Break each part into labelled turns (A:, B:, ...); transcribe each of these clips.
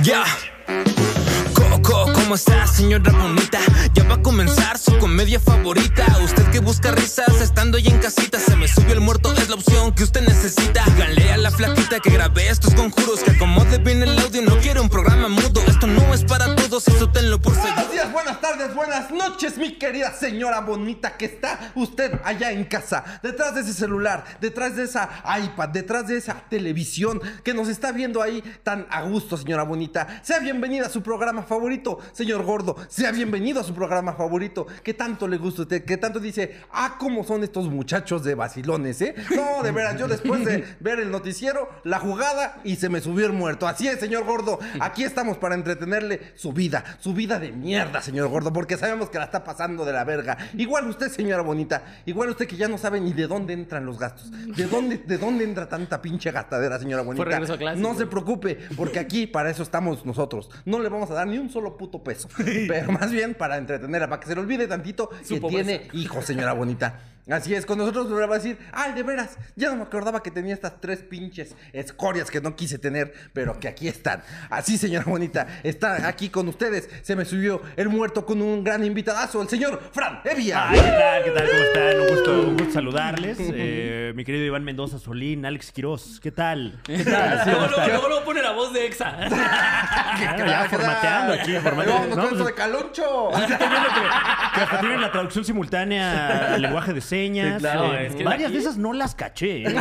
A: Ya. Coco, ¿cómo está, señora bonita? Ya va a comenzar su comedia favorita. Usted que busca risas estando ya en casita. Se me subió el muerto, es la opción que usted necesita. Díganle a la flaquita que grabé estos conjuros. Que acomode bien el audio, no quiero un programa mudo. Esto no es para todos, eso tenlo por seguro.
B: Buenos días, buenas tardes, buenas noches, mi querida señora bonita que está usted allá en casa, detrás de ese celular, detrás de esa iPad, detrás de esa televisión que nos está viendo ahí tan a gusto, señora bonita. Sea bienvenida a su programa favorito, señor gordo. Sea bienvenido a su programa favorito, que tanto le gusta a usted, que tanto dice, ah, cómo son estos muchachos de vacilones, ¿eh? No, de veras, yo después de ver el noticiero, la jugada y se me subió el muerto. Así es, señor gordo. Aquí estamos para entretenerle su vida, su vida de mierda, señor gordo, porque sabemos que la está pasando de la verga. Igual usted, señora bonita, igual usted que ya no sabe ni de dónde entran los gastos. ¿De dónde, de dónde entra tanta pinche gastadera, señora bonita?
C: regreso a clases,
B: no
C: güey.
B: se preocupe, porque aquí para eso estamos nosotros. No le vamos a dar ni un solo puto peso, pero más bien para entretenerla, para que se le olvide tantito que
C: pobreza.
B: tiene hijos, señora bonita. Así es, con nosotros le va a decir, ay, de veras, ya no me acordaba que tenía estas tres pinches escorias que no quise tener, pero que aquí están. Así, señora bonita, está aquí con ustedes. Se me subió el muerto con un gran invitadazo, el señor Fran Evia.
D: Ay, ¿qué tal? ¿Qué tal? ¿Cómo están? Un gusto, un gusto saludarles. Eh, mi querido Iván Mendoza Solín, Alex Quirós, ¿qué tal? ¿Qué tal? ¿Cómo
C: Luego, luego,
D: están?
C: luego, luego pone la voz de Exa.
D: Ah, ya formateando aquí,
B: Vamos,
D: formateando.
B: nos
D: No,
B: vemos
D: pues,
B: de caloncho.
D: estoy viendo que, que hasta tienen la traducción simultánea al lenguaje de señas.
C: Sí, claro,
D: Eh,
C: es que
D: varias
C: aquí-
D: de esas no las caché. ¿eh?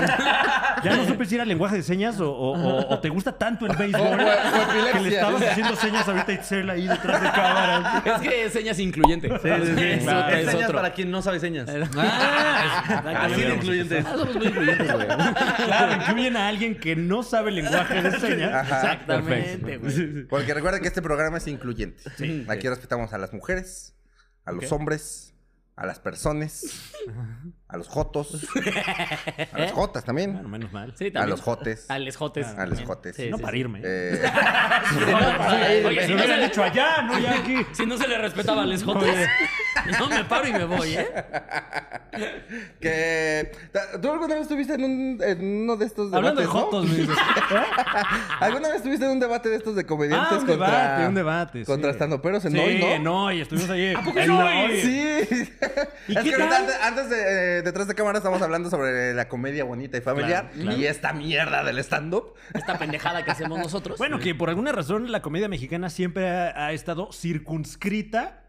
D: Ya no supe si era lenguaje de señas o, o- o- o te gusta tanto el béisbol
B: O- o- o
D: que
B: epilepsia.
D: le estabas haciendo señas ahorita a Itzel ahí detrás de cámara.
C: Es que es señas incluyente.
E: Sí, sí, sí.
C: Es
D: Claro.
C: otro,
E: Es
C: es
E: señas
C: otro.
E: para quien no sabe señas.
C: Ah,
E: Así de incluyentes.
C: Ah, somos muy incluyentes, güey.
D: Claro, incluyen a alguien que no sabe lenguaje de señas.
B: Ajá.
C: Exactamente, güey.
B: Porque recuerden que este programa es incluyente. Aquí respetamos a las mujeres, a los hombres, a las personas, a los jotos, a las jotas
D: Bueno,
B: también,
D: menos mal.
C: Sí,
B: a
C: también.
B: los jotes.
C: A los jotes.
B: A los jotes.
D: no para irme.
B: Eh,
C: Oye, si
D: lo
C: no se
D: hubieran
C: le-
D: hecho allá, no ya aquí.
C: si no se le respetaba a los jotes. No me paro y me voy, ¿eh?
B: que tú alguna vez estuviste en, un- en uno de estos debates,
E: Hablando de
B: ¿no?
E: jotos, me dices.
B: ¿Alguna vez estuviste en un debate de estos de comediantes
E: Ah, un
B: contra
E: debate, un debate, sí.
B: contra estandoperos en
D: Sí,
B: hoy, no?
D: en hoy, estuvimos ahí.
C: poco
D: en
C: en
D: la
C: hoy?
D: hoy.
B: Sí.
E: ¿Y
B: es
E: qué
B: que ahorita
E: tal?
B: antes, antes de eh, detrás de cámara estamos hablando sobre la comedia bonita y familiar
D: Claro, claro.
B: y esta mierda del stand up.
C: Esta pendejada que hacemos nosotros.
D: Bueno, que por alguna razón la comedia mexicana siempre ha, ha estado circunscrita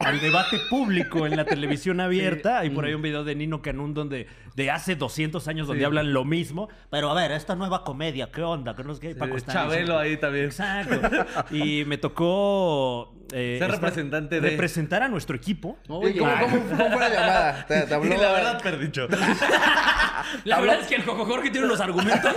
D: al debate público en la televisión abierta. Hay
E: mm.
D: por ahí un video de Nino Canún donde de hace 200 años donde hablan lo mismo. Pero a ver, esta nueva comedia, ¿qué onda? ¿Qué no sé qué? Paco
E: Eh,
D: está diciendo-
E: Chabelo ahí también.
D: Exacto. Y me tocó eh,
E: Ser
D: estar-
E: representante de-
D: representar a nuestro equipo.
C: Oye,
B: ¿Y ¿Cómo,
C: claro.
B: cómo, cómo fue la llamada? Te, te habló,
E: Y la
D: eh.
E: verdad, perdicho.
C: la verdad es que el Coco Jorge tiene unos argumentos.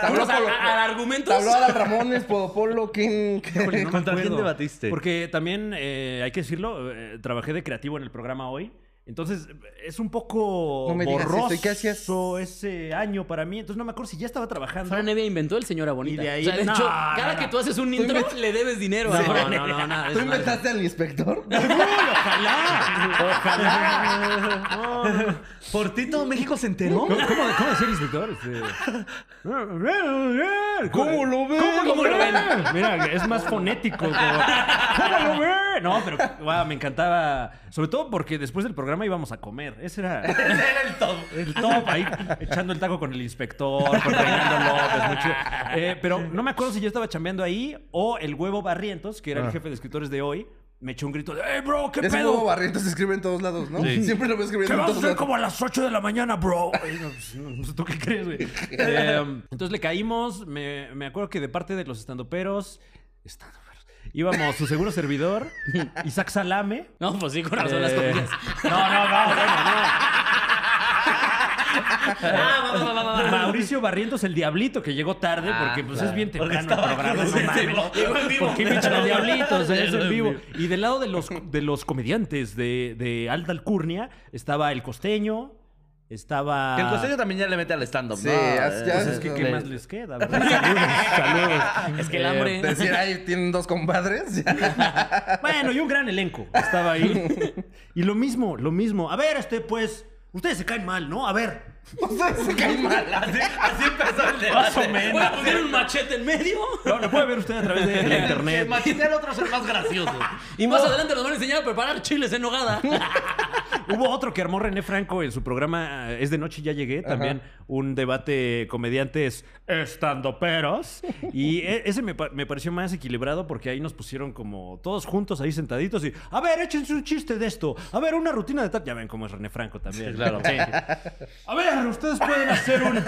B: habló
C: Unos a-
B: Polo-
C: a- a-
B: te habló
C: argumentos.
B: Adal Ramones, Podopolo, ¿quién? quién?
D: Híjole, no me
E: ¿Contra quién
D: acuerdo.
E: debatiste?
D: Porque también, eh, hay que decirlo, eh, trabajé de creativo en el programa hoy. Entonces, eh, es un poco
B: No me digas
D: borroso
B: eso. ¿Y qué hacías?
D: ese año para mí. Entonces, no me acuerdo si ya estaba trabajando.
C: Fran Evia inventó el señora bonita.
D: Y de ahí-
C: o sea, de
D: No,
C: hecho,
D: no,
C: cada
D: no.
C: que tú haces un intro, le debes dinero. a
D: no,
C: Fran
D: no, no,
C: Evia.
D: nada.
B: ¿Tú
D: es nada.
B: inventaste al inspector?
D: Uy, ojalá. Ojalá. No, no, no.
E: ¿Por ti todo México se enteró?
D: ¿Cómo, cómo, cómo decía el inspector? Este...
B: ¿Cómo lo ven?
D: ¿Cómo lo ven? Mira, es más fonético. como, ¿Cómo lo ven? No, pero guau, me encantaba. Sobre todo porque después del programa íbamos a comer. Ese era, era el top. El top, ahí echando el taco con el inspector, con Reinaldo López. muy chido. Eh, pero no me acuerdo si yo estaba chambeando ahí o el huevo Barrientos, que era el jefe de escritores de hoy, me echó un grito de ¡Ey, bro! ¿Qué
B: Ese
D: pedo?
B: huevo barrientos se escribe en todos lados, ¿no? Siempre lo voy
D: Que
B: escribiendo en
D: vas a
B: todos
D: hacer
B: lados.
D: como a las 8 de la mañana, bro. Ay, no, pues, no, pues, ¿Tú qué crees, güey? Eh, entonces le caímos. Me, me acuerdo que de parte de los estandoperos. Estandoperos. Íbamos su seguro servidor, Isaac Salame.
C: No, pues sí, con razón las
D: Eh,
C: comillas.
D: No, no, no, bueno,
C: Ah, va, va, va, va,
D: no.
C: va.
D: Mauricio Barrientos, el diablito, que llegó tarde porque pues es bien temprano el programa. No mames.
C: Llegó en vivo.
D: ¿Por qué me echan al diablito? O sea, es eh, en vivo. Y del lado de los, de los comediantes de, de Alta Alcurnia estaba el costeño. Estaba.
E: Que el costeño también ya le mete al stand-up,
B: Sí,
E: ¿no?
B: ya- ya-
E: Eh,
D: Pues es que, ¿qué
E: le-
D: más les queda? verdad? Saludos, saludos.
C: Es que el hambre.
B: Decir, ahí tienen dos compadres.
D: Bueno, y un gran elenco estaba ahí. Y lo mismo, lo mismo. A ver, este, pues, ustedes se caen mal, ¿no? A ver,
B: O sea, se cae mal.
E: Así, así empezó el debate.
D: Más o menos.
C: ¿Voy a poner un machete en medio?
D: Lo, lo puede ver usted a través de la
E: El
D: internet.
E: que machete al otro es el más gracioso.
C: Y más adelante nos van a enseñar a preparar chiles en nogada.
D: Hubo otro que armó René Franco en su programa eh, Es de Noche y Ya Llegué, también un debate comediantes estando peros. Y e- ese me, pa- me pareció más equilibrado porque ahí nos pusieron como todos juntos ahí sentaditos y, a ver, échense un chiste de esto. A ver, una rutina de tal. Ya ven cómo es René Franco también.
E: Sí, claro.
D: Sí. A ver, ustedes pueden hacer un...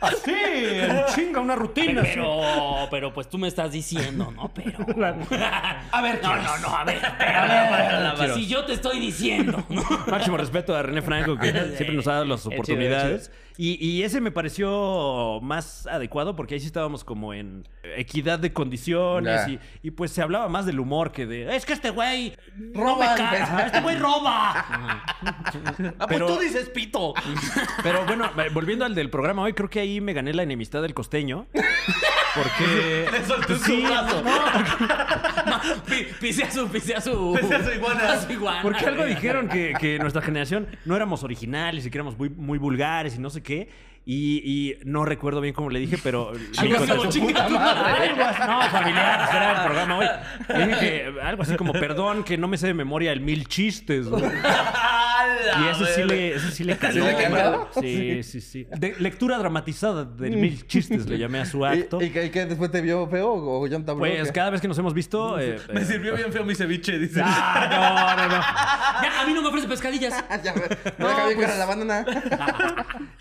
D: Así, en chinga, una rutina. así.
C: Pero, pero pues tú me estás diciendo, ¿no? Pero.
D: A ver,
C: No, no, no, a ver. espera, a ver, Si yo te estoy diciendo, ¿no?
D: Máximo respeto a René Franco, que siempre nos ha dado las
C: Es chido,
D: oportunidades. Y, y ese me pareció más adecuado porque ahí sí estábamos como en equidad de condiciones
B: Ya.
D: y, y pues se hablaba más del humor que de es que este güey no me
B: Roba,
D: cae,
B: pues.
D: ajá, este güey roba.
E: Ah, pues
D: Pero-
E: tú dices pito.
D: Pero bueno, eh, volviendo al del programa hoy, creo que ahí me gané la enemistad del costeño. Porque pues
E: Le soltó un
D: Sí,
E: sopapo.
C: Pi- Pisé a su, pisé a su.
E: Pisé a su iguana.
C: a su iguana,
D: Porque algo
C: güey.
D: dijeron que, que nuestra generación no éramos originales y que éramos muy, muy vulgares y no sé qué. Y, y no recuerdo bien cómo le dije, pero...
C: Algo así como,
D: Algo
C: "Chinga tu madre".
D: así- No, familiar, será el programa hoy. Le dije que algo así como, perdón, que no me sé de memoria el mil chistes. güey".
E: Ah,
D: Y eso sí le, eso sí le caló.
B: le caló?
D: güey. Sí, sí, sí. De- lectura dramatizada del mil chistes le llamé a su acto.
B: ¿Y, y que, y que después te vio feo o, o ya no te habló,
D: Pues
B: ¿qué?
D: cada vez que nos hemos visto... eh,
E: Me
D: eh,
E: sirvió bien feo mi ceviche, dice.
D: ah, no, no, no.
C: Ya, a mí no me ofrece pescadillas.
B: Ah, Ya, güey. No, deja
D: pues,
B: bien cara la banana.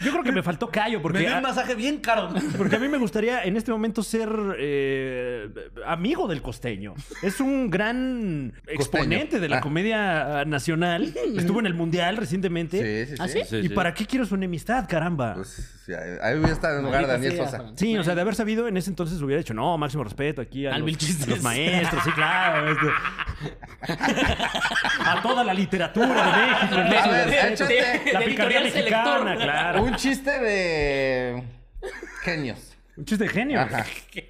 D: Yo creo que me faltó callo porque...
E: Me dio
D: ah,
E: un masaje bien caro.
D: Porque a mí me gustaría en este momento ser eh, amigo del costeño. Es un gran exponente de la
B: Ah.
D: comedia ah, nacional. Estuvo en el Mundial recientemente.
B: Sí, sí, sí.
C: ¿Ah, sí?
D: ¿Y para qué quiero su enemistad, caramba?
B: Pues, sí, ahí ahí hubiera estado en lugar de Daniel
C: Maldita sea,
B: Sosa.
C: Juan.
D: Sí, o sea, de haber sabido, en ese entonces hubiera dicho, no, máximo respeto aquí a,
C: Al
D: los,
C: mil chistes.
D: a los maestros, sí, claro. este. a toda la literatura de México. el
B: A
D: máximo
B: ver,
D: respeto.
B: échate.
D: la
C: de
D: picaría
C: Editorial Selector.
D: mexicana, claro.
B: Un chiste de genios.
D: Un chiste de genio.
C: Ay,
B: Ajá.
C: yo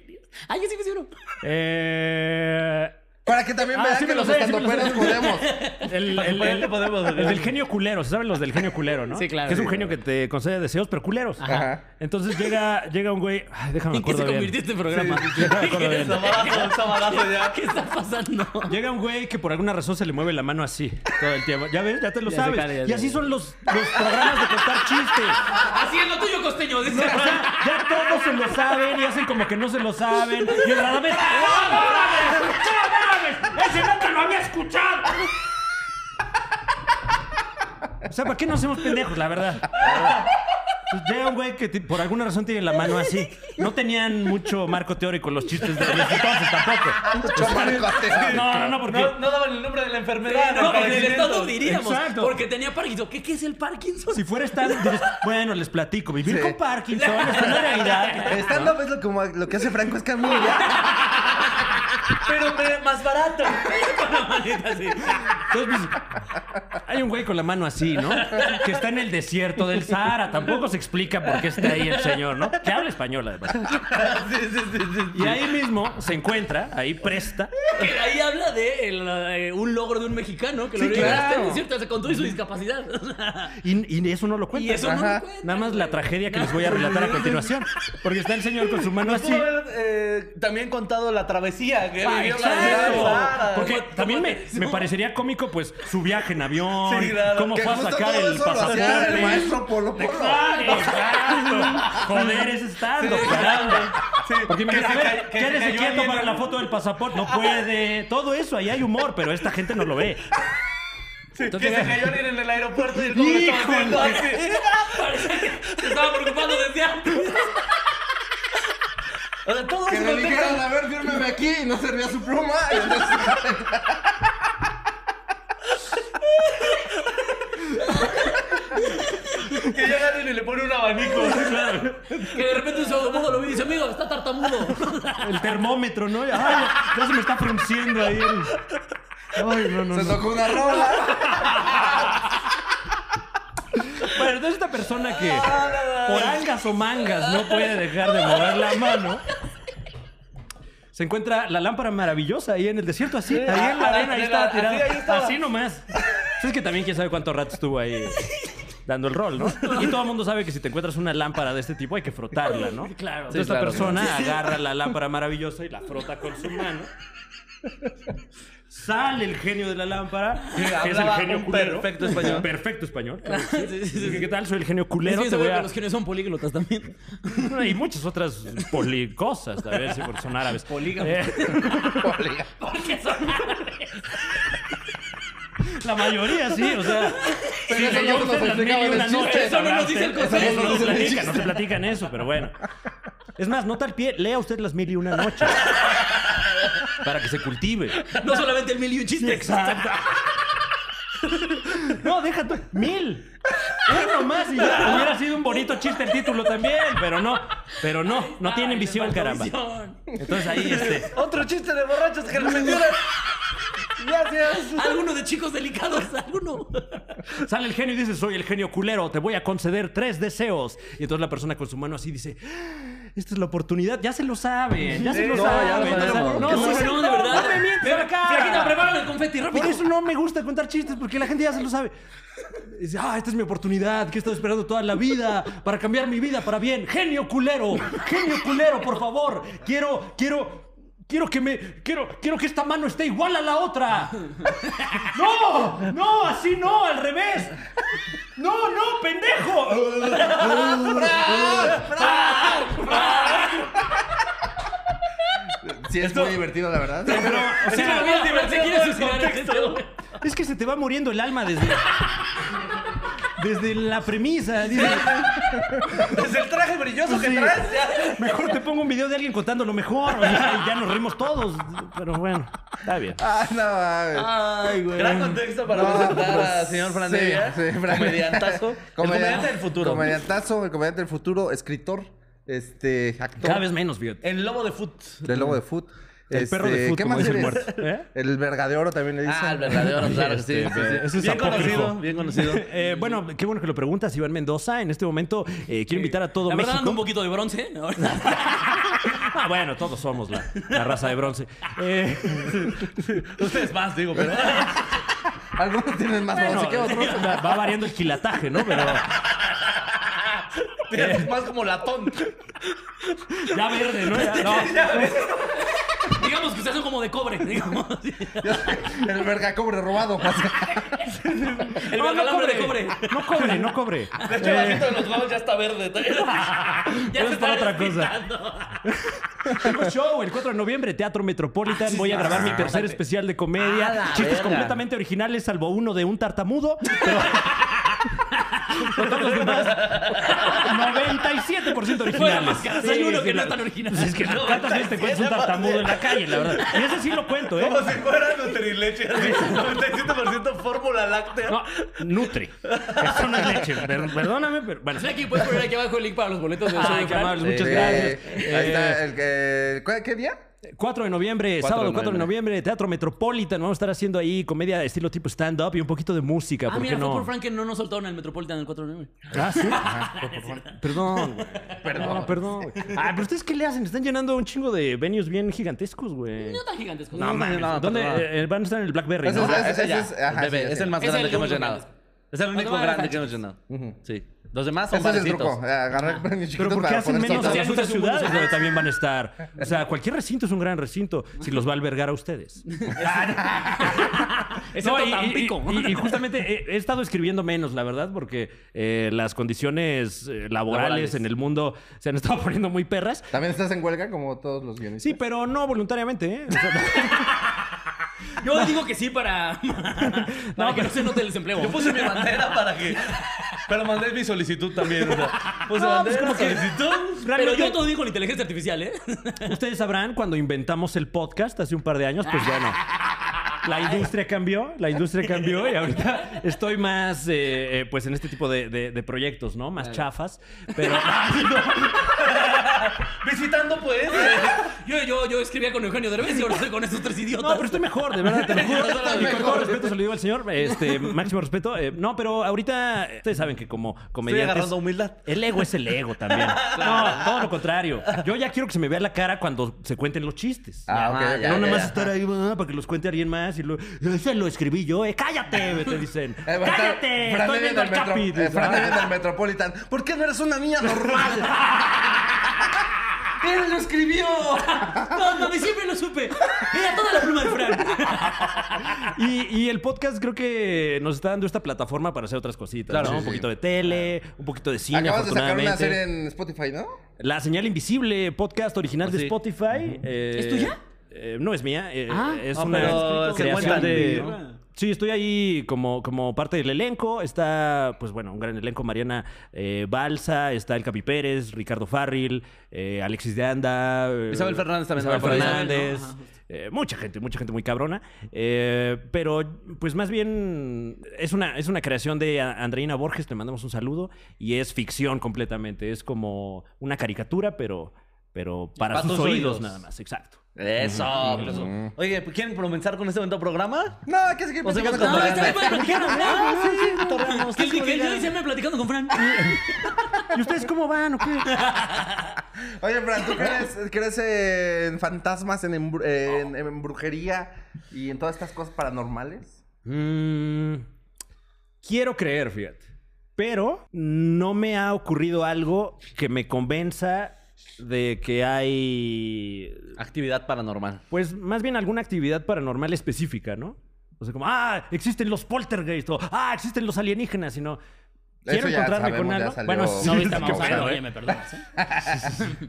C: Ah, sí me hicieron.
D: Eh...
B: Para que también
D: Ah,
B: vean
D: sí
B: que
D: me lo
B: los
D: sé, sí me lo
B: estandoperos
D: sé.
B: podemos.
D: El, el-
E: Para eso
D: el-
E: podemos-
D: el del genio culero, se saben los del genio culero, ¿no?
C: Sí, claro.
D: Que es un
C: Sí,
D: genio que te concede deseos, pero culeros.
B: Ajá.
D: Entonces llega, llega un güey. Ay, déjame me
C: ¿En qué se
D: acuerdo bien.
C: convirtió este programa?
D: déjame me acuerdo bien.
E: Sabadazo, sabadazo ya.
C: ¿Qué está pasando?
D: Llega un güey que por alguna razón se le mueve la mano así todo el tiempo. Ya ves, ya te lo
C: Ya sé
D: sabes.
C: cuál es,
D: y
C: ya
D: así
C: sé.
D: son los, los programas de contar chistes.
C: Así es lo tuyo, costeño. dice.
D: O sea, ya todos se lo saben y hacen como que no se lo saben. Y el Radamés, ¡No, no mames! ¡No mames! ¡Ese no te lo había escuchado! O sea, ¿para qué nos hacemos pendejos, la verdad? La verdad. Entonces, Llega un güey que ti- por alguna razón tiene la mano así. No tenían mucho marco teórico los chistes de los entonces tampoco. No, no, no, porque...
E: No, no daban el nombre de la enfermedad.
C: No, en
E: del
C: el
E: padecimiento.
C: estado diríamos.
D: Exacto.
C: Porque tenía Parkinson. ¿Qué, qué es el Parkinson?
D: Si fuera estar, dices, bueno, les platico, vivir
B: Sí.
D: con Parkinson es una realidad.
B: Stand up es lo, como, lo que hace Franco Escamilla.
E: Pero me- más barato.
D: Entonces, pues, hay un güey con la mano así, ¿no? Que está en el desierto del Sahara. Tampoco se explica por qué está ahí el señor, ¿no? Que habla español, además.
E: Sí, sí, sí, sí.
D: Y ahí mismo se encuentra, ahí presta.
C: Que ahí habla de el, eh, un logro de un mexicano que
B: Sí,
C: lo logró
B: claro.
C: hasta en el desierto, se contó y su discapacidad.
D: Y, y eso no lo cuenta.
C: y eso no
B: Ajá.
C: lo cuenta.
D: Nada más la
C: güey.
D: tragedia que les voy a relatar a continuación. Porque está el señor con su mano así.
E: Pudo haber eh, también contado la travesía que
C: Ah,
E: vivió
C: exacto.
E: la
D: Claro, Porque también me, me parecería cómico, pues, su viaje en avión,
E: Sí, claro.
D: cómo
B: Que
D: fue a
B: justo
D: sacar
B: todo
D: el
B: eso lo hacía el
D: pasaporte.
B: maestro Polo Polo.
D: Exacto. Joder, es estando, caramba. Porque
E: que
D: imagínate,
E: se
D: a ver,
E: ca- que se
D: quédese
E: cayó
D: quieto
E: alguien
D: para
E: en-
D: la foto del pasaporte. No puede. Todo eso, ahí hay humor, pero esta gente no lo ve.
E: Que se cayó alguien en el aeropuerto y el cómo
D: Híjole.
E: estaba haciendo así.
C: Parecía que se estaba preocupando desde antes.
E: O sea, todo
B: Que
E: eso
B: le
E: contexto-
B: dijeron, a ver, fírmeme aquí. Y no servía su pluma. Y entonces-
E: que llega alguien y le pone un abanico.
C: Que de repente un sordomudo lo vi y dice, amigo, está tartamudo.
D: El termómetro, ¿no? Ay, ya se me está frunciendo ahí. el- Ay, no, no,
B: Se
D: no.
B: tocó una rola.
D: Bueno, entonces esta persona que
E: Ah,
D: por angas o mangas no puede dejar de mover la mano. Se encuentra la lámpara maravillosa ahí en el desierto, así, ahí en la arena, ahí
E: Ah, Así,
D: estaba
E: ahí
D: tirada.
E: estaba.
D: Así nomás. Es que también quién sabe cuánto rato estuvo ahí. dando el rol, ¿no? Y todo el mundo sabe que si te encuentras una lámpara de este tipo hay que frotarla, ¿no?
C: Claro.
D: Entonces
E: Sí,
D: esta
E: claro.
D: persona agarra la lámpara maravillosa y la frota con su mano. Sale el genio de la lámpara, que es el
E: hablaba
D: genio
E: un
D: culero.
E: perfecto español.
D: Perfecto español. claro.
C: Sí, sí, sí, sí.
D: ¿Qué tal? Soy el genio
C: Es
D: culero.
C: que
D: te voy
C: seguro
D: a-
C: que los genios son políglotas también.
D: y muchas otras policosas, a ver si porque son árabes.
C: Polígamos.
D: Eh,
C: Porque son árabes.
D: la mayoría sí, o sea.
E: Pero
D: si
E: eso
D: leyó
E: no nos
D: usted las mil
E: explicaba
D: y
E: en el
D: una noches,
E: chiste.
C: Eso no nos dice el
D: hablaste-
C: consejo.
D: eso No,
E: Eso no
D: se
E: nos dice el
D: platican, no se platican eso, pero bueno. Es más, nota al pie, lea usted las mil y una noches. Para que se cultive.
C: No solamente el mil y un chiste.
D: Exacto. No, deja tú. Mil. Uno más y ya. Hubiera sido un bonito chiste el título también, pero no. Pero no, no tienen visión, caramba. Entonces ahí, este.
E: Otro chiste de borrachos que nos entienden. Gracias.
C: Alguno de chicos delicados, alguno.
D: Sale el genio y dice, soy el genio culero, te voy a conceder tres deseos. Y entonces la persona con su mano así dice, "Ah, esta es la oportunidad, ya se lo saben, ya se lo
E: no, ya lo
D: saben.
E: sabemos.
D: O sea,
E: No,
C: No,
E: sí,
C: no,
D: se-
C: no, de verdad.
D: no me mientas
C: Mira,
D: la cara.
C: Flaquita, prepárame el confeti, rápido.
D: Por eso no me gusta contar chistes, porque la gente ya se lo sabe. Y Dice, ah, esta es mi oportunidad, que he estado esperando toda la vida para cambiar mi vida para bien. Genio culero, genio culero, por favor. Quiero, quiero, quiero que me, quiero, quiero que esta mano esté igual a la otra. No, no, así no, al revés. No, no, pendejo.
B: Sí, es muy divertido, la verdad.
D: Pero, o
C: Es que
D: sea,
C: la vida se quiere suicidar el texto.
D: es que se te va muriendo el alma desde, desde la premisa. dice.
E: Desde el traje brilloso que
D: Sí.
E: traes, ya.
D: Mejor te pongo un video de alguien contando lo mejor. o sea, y ya nos rimos todos. Pero bueno, está bien.
B: Ah, no mames.
E: Ay, güey. Gran contexto para presentar a señor Fran
B: sí,
E: Evia,
B: sí, Fran.
E: Comediantazo. El
B: Comedia-
E: comediante del futuro.
B: Comediantazo, el comediante del futuro, escritor, este, actor.
D: Cada vez menos, fíjate.
E: El lobo de foot.
B: Del lobo de foot. Este,
D: El perro de foot,
B: ¿Qué
D: como
B: más
D: dice el
B: eres?
D: muerto. ¿Eh?
B: El verga de oro también le dicen.
E: Ah, el verdadero, claro, sí, sí, sí.
D: ese es
E: bien
D: apócrifo.
E: conocido, bien conocido.
D: Eh, bueno, qué bueno que lo preguntas, Iván Mendoza. En este momento eh, quiero invitar a todo
C: La verdad
D: México.
C: ando un poquito de bronce. ¿eh? la verdad.
D: Ah, bueno, todos somos la, la raza de bronce. Eh,
E: Ustedes más, digo, pero.
B: Algunos tienen más
D: bueno,
B: bronce que otros.
D: va va variando el kilataje, ¿no? Pero
E: Es más como latón.
D: ya verde, ¿no? Ya- no.
C: Digamos que ustedes son como de cobre. Digamos.
B: El verga cobre robado. o sea.
C: El
D: No, no
C: vergalambre de cobre.
D: No cobre, no cobre.
E: De hecho, el vasito de los huevos ya está verde.
C: Ya
D: Pero
C: se
D: es para
C: está
D: otra cosa.
C: despintando.
D: Tengo show el 4 de noviembre, Teatro Metropolitan. Voy a grabar mi tercer especial de comedia.
E: Ah, la
D: Chistes
E: verga.
D: completamente originales, salvo uno de un tartamudo. Pero... Pero todos los demás, 97% originales.
C: Bueno, pues, hay uno que no es tan original.
D: Pues es que
C: No,
D: ¿cuántas veces te encuentras un tartamudo en la calle, la verdad? Y ese sí lo cuento, ¿eh?
E: Como si fuera Nutrileche, así. 97% fórmula láctea.
D: No, nutre. Eso no es leche. Per- Perdóname, pero bueno.
C: Aquí puedes poner aquí abajo el link para los boletos de
D: Ay,
C: Soy
D: qué
C: Fran.
D: amables, muchas
B: Eh,
D: gracias.
B: Ahí
D: Eh,
B: está el que. ¿cuál- ¿Qué día?
D: 4 de noviembre,
B: 4 de
D: sábado 4 de noviembre, Teatro Metropolitan. Vamos a estar haciendo ahí comedia de estilo tipo stand-up y un poquito de música.
C: Ah,
D: ¿Por
C: mira,
D: qué
C: fue por
D: no?
C: Frank que no nos soltaron el Metropolitan el 4 de noviembre.
D: Ah, sí. Perdón, güey. Perdón. perdón. güey. Ah, pero ustedes qué le hacen? Están llenando un chingo de venues bien gigantescos, güey.
C: No tan gigantesco.
D: No, mames.
E: no,
D: ¿Dónde
E: perdón.
D: eh, van a estar en el Blackberry?
B: Ese
D: ¿no?
B: es-
E: Ah, Ese ya,
B: ese es- ajá,
E: el
B: sí,
E: bebé,
B: ya
E: es
B: sé.
E: el más
C: Es
E: grande
C: el
E: que hemos
C: único
E: llenado.
C: grande.
E: Es el único
C: demás
E: grande
C: están
E: que hemos llenado. Sí. Los demás son
B: Ese es el
E: barecitos.
B: truco. eh, Agarrar premios
D: Pero
B: chiquitos
D: ¿por qué
B: para
D: hacen
B: poner
D: menos a
B: soldados.
D: las
C: Sí,
D: otras
C: es un
D: ciudades
C: mundo.
D: donde también van a estar? O sea, cualquier recinto es un gran recinto si los va a albergar a ustedes.
C: Excepto
D: y- y-
C: Tampico.
D: Y, y justamente he, he estado escribiendo menos, la verdad, porque eh, las condiciones eh, laborales,
E: Laborales.
D: en el mundo se han estado poniendo muy perras.
B: También estás en huelga como todos los guionistas.
D: Sí, pero no voluntariamente, ¿eh? O sea,
C: Yo digo que sí para, para que no se note el desempleo.
E: Yo puse mi bandera para que. Pero mandé mi solicitud también. O sea, puse
D: No, pues
E: bandera,
D: como que-
E: solicitud.
C: Pero yo
D: realmente-
C: todo digo con inteligencia artificial, ¿eh?
D: Ustedes sabrán, cuando inventamos el podcast hace un par de años, pues bueno. La industria cambió, la industria cambió y ahorita estoy más, eh, eh, pues en este tipo de, de- de proyectos, ¿no? Más chafas, pero...
E: Visitando, pues.
C: Yo, yo, yo escribía con Eugenio Derbez y ahora estoy con estos tres idiotas.
D: No, pero estoy mejor, de verdad, te lo juro.
C: Está
D: Y con todo
C: mejor.
D: respeto se lo digo al señor, este, máximo respeto. eh, no, pero ahorita eh, ustedes saben que como comediantes...
E: agarrando humildad.
D: El ego es el ego también. No, todo lo contrario. Yo ya quiero que se me vea la cara cuando se cuenten los chistes.
B: Ah, ok, ya,
D: Ajá, no
B: ya,
D: nada más
B: ya.
D: estar ahí ah, para que los cuente alguien más y lo, ese lo escribí yo. eh, ¡Cállate! Te dicen.
B: Eh, va a estar
D: ¡Cállate!
B: Fran Evia
D: Estoy viendo el
B: del Metro-
D: Chapi.
B: eh, Fran Evia del Metropolitan. ¿Por qué no eres una niña normal?
C: ¡Él lo escribió! No, mami, siempre lo supe. Era toda la pluma de Fran.
D: Y, y el podcast creo que nos está dando esta plataforma para hacer otras cositas,
E: Claro,
D: ¿no?
E: sí,
D: un
E: sí.
D: poquito de tele, un poquito de cine,
B: Acabas de sacar
D: afortunadamente.
B: una serie en Spotify, ¿no?
D: La señal invisible, podcast original de
E: Ah, Sí.
D: Spotify. eh,
C: ¿Es tuya?
D: eh, no es mía, eh,
C: Ah.
D: es
E: Ah,
D: una
E: pero se
D: creación
E: cuentan
D: de...
E: de-
D: Sí, estoy ahí como, como parte del elenco. Está, pues bueno, un gran elenco. Mariana eh, Balsa, está El Capi Pérez, Ricardo Farril, eh, Alexis de Anda. eh,
E: Isabel Fernández también
D: Isabel
E: anda por ahí.
D: Fernández.
C: Ajá, justo.
D: eh, mucha gente, mucha gente muy cabrona. Eh, pero, pues más bien, es una, es una creación de A- Andreina Borges, te mandamos un saludo. Y es ficción completamente. Es como una caricatura, pero, pero para
E: Para
D: sus
E: tus
D: oídos,
E: oídos.
D: nada más, exacto.
E: Eso, pues, Oye, pues, ¿quieren comenzar con este evento programa?
B: No, hay que seguir
E: O sea,
B: platicando con
E: vas
C: No,
B: Fran.
E: con-
C: está ahí para platicar con Fran.
E: Torreamos,
C: Que el que el día
E: digan.
C: de hoy se me platicando con Fran.
D: ¿Y ustedes cómo van o qué?
B: Oye, Fran, ¿tú crees, crees en fantasmas, en, embru- en- en brujería y en todas estas cosas paranormales?
D: Mm, quiero creer, fíjate. Pero no me ha ocurrido algo que me convenza de que hay
E: Actividad paranormal.
D: Pues más bien alguna actividad paranormal específica, ¿no? O sea, como, ah, existen los poltergeist o, ah, existen los alienígenas, sino... Quiero
B: Eso ya
D: encontrarme
B: sabemos,
D: con
B: ya
D: algo.
B: salió.
D: Bueno,
B: No,
D: sí,
C: No,
D: sí,
C: ahorita
D: sí,
C: vamos a ver,
D: bueno,
C: oye,
D: ¿eh?
C: me perdonas. ¿eh?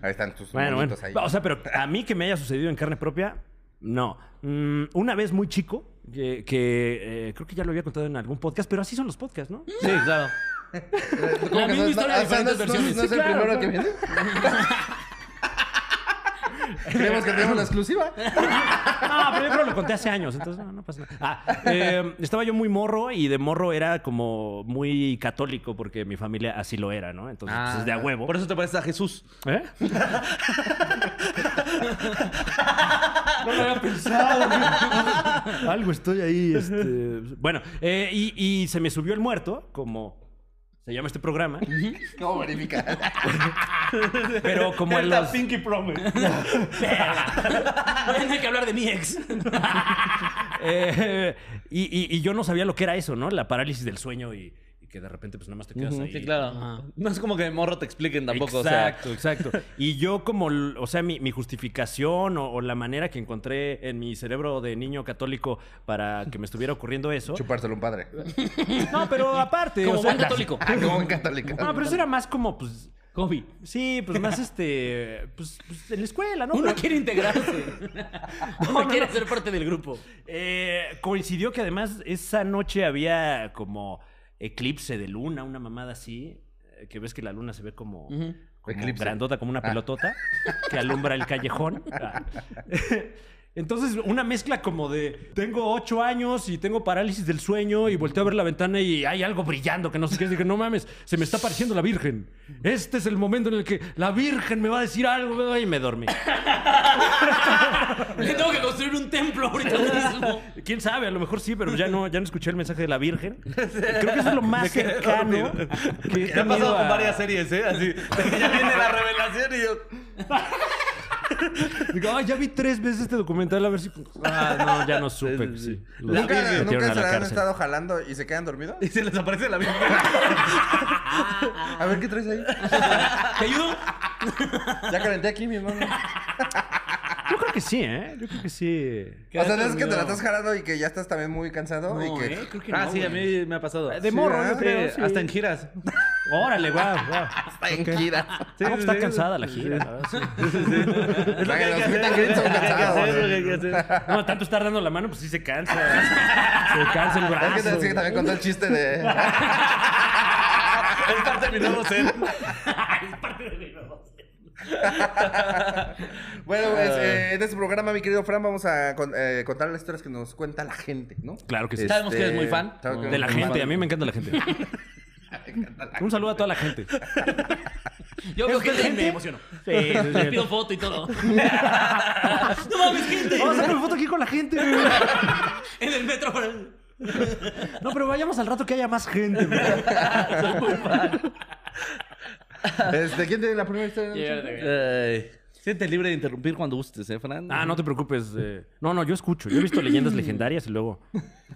B: Ahí están tus
D: Bueno, bueno.
B: monitos ahí.
D: O sea, pero a mí que me haya sucedido en carne propia, no. Mm, una vez muy chico, que, que, eh, creo que ya lo había contado en algún podcast, pero así son los podcasts, ¿no?
E: Sí, claro.
B: ¿Cómo
C: la
B: que
C: misma
B: no-
C: historia de
B: no- o sea, no es-
C: diferentes
B: no
C: versiones.
B: es- ¿No es
D: Sí,
B: el
D: claro,
B: primero que viene? Creemos que tenemos la exclusiva.
D: No, pero yo creo que lo conté hace años, entonces no, no pasa nada. Ah, eh, estaba yo muy morro y de morro era como muy católico porque mi familia así lo era, ¿no? Entonces, pues,
B: Ah.
D: es de a huevo.
E: Por eso te pareces a Jesús.
D: ¿Eh?
C: No lo había pensado.
D: Algo estoy ahí. este, Bueno, eh, y, y se me subió el muerto, como se llama este programa.
B: No, verifica.
D: Pero como a
E: Era
D: los.
E: Pinky Promise.
C: Hay que hablar de mi ex.
D: eh, y, y- y yo no sabía lo que era eso, ¿no? La parálisis del sueño y, y que de repente, pues nada más te quedas ahí.
E: Sí, claro. No es como que de morro te expliquen tampoco.
D: Exacto, exacto. Y yo como, l- o sea, mi, mi justificación o, o la manera que encontré en mi cerebro de niño católico para que me estuviera ocurriendo eso.
B: Chupárselo a un padre.
D: No, pero aparte,
C: Como
D: o sea,
C: buen católico.
B: Ah, como en católica.
D: No, pero eso era más como, pues,
C: Hobby.
D: Sí, pues más este. Pues, pues, en la escuela, ¿no?
C: Uno
D: Pero-
C: quiere integrarse. Uno quiere ser parte del grupo.
D: Eh, coincidió que además esa noche había como eclipse de luna, una mamada así. eh, Que ves que la luna se ve como, como
B: Eclipse.
D: grandota, como una pelotota que alumbra el callejón. Ah. Entonces, una mezcla como de tengo ocho años y tengo parálisis del sueño y volteo a ver la ventana y hay algo brillando que no sé qué es. Dije, no mames, se me está apareciendo la Virgen. Este es el momento en el que la Virgen me va a decir algo y me dormí.
C: Le tengo que construir un templo ahorita mismo.
D: Quién sabe, a lo mejor sí, pero ya no, ya no escuché el mensaje de la Virgen. Creo que eso es lo más
E: quedé
D: cercano
E: dormido.
D: que he
E: O sea, te ha
D: tenido
E: pasado con
D: a-
E: varias series, ¿eh? Así. de que ya viene la revelación y yo.
D: Digo, "Ay, ya vi tres veces este documental, a ver si. Ah, no, ya no supe. que Sí. Los
B: ¿Nunca,
D: metieron
B: nunca
D: a
B: se
D: la
B: la han
D: cárcel.
B: estado jalando y se quedan dormidos?
E: Y se les aparece la misma.
B: A ver, ¿qué traes ahí?
C: ¿Te ayudo?
B: Ya calenté aquí, mi hermano.
D: Yo creo que sí, ¿eh? Yo creo que sí.
B: O sea, ¿no es que te la estás jalando y que ya estás también muy cansado? y que...
C: creo que
E: Ah,
C: no, ¿eh?
E: sí, a
C: güey.
E: mí me ha pasado. Ah,
D: De morro,
B: ¿verdad?
D: yo creo. sí.
E: eh, Hasta en giras.
D: Órale, guau, guau.
B: Está en gira.
E: Sí,
D: Ah, pues, está
E: sí,
D: cansada la gira. la verdad, sí.
E: Es lo que hay
B: Los
E: que
B: que
E: hacer,
B: están gritos son
E: es lo que hay que
B: cansados.
E: hacer, es lo que hay que hacer.
D: No, tanto estar dando la mano, pues sí se cansa. Se cansa el
B: Es que
D: brazo.
B: te- sí, también contó el chiste de...
E: Estar terminando set.
D: Ah,
C: Es parte de mi negocio.
B: Bueno, pues,
D: Ah.
B: eh, en este programa, mi querido Fran, vamos a con- eh, contar las historias que nos cuenta la gente, ¿no? Este,
D: Claro que sí.
E: Sabemos que eres muy fan.
B: sabemos que
D: De la
B: eres muy
D: gente, a
B: fan.
D: mí me encanta la gente. Un saludo a toda la gente.
C: Yo veo
D: ¿Es de
C: gente y me
D: gente?
C: emociono.
D: Sí, sí, sí.
C: Les pido foto y todo. ¡No mames, gente!
D: Vamos a sacar una foto aquí con la gente, güey.
C: En el metro. por ahí.
D: No, pero vayamos al rato que haya más gente, güey.
B: Este, ¿Quién tiene la primera historia? de la
C: Yeah,
B: noche?
C: de-
E: Ay, siente libre de interrumpir cuando gustes, ¿eh, Fran?
D: Ah, no te preocupes. eh, No, no, yo escucho. Yo he visto leyendas legendarias y luego.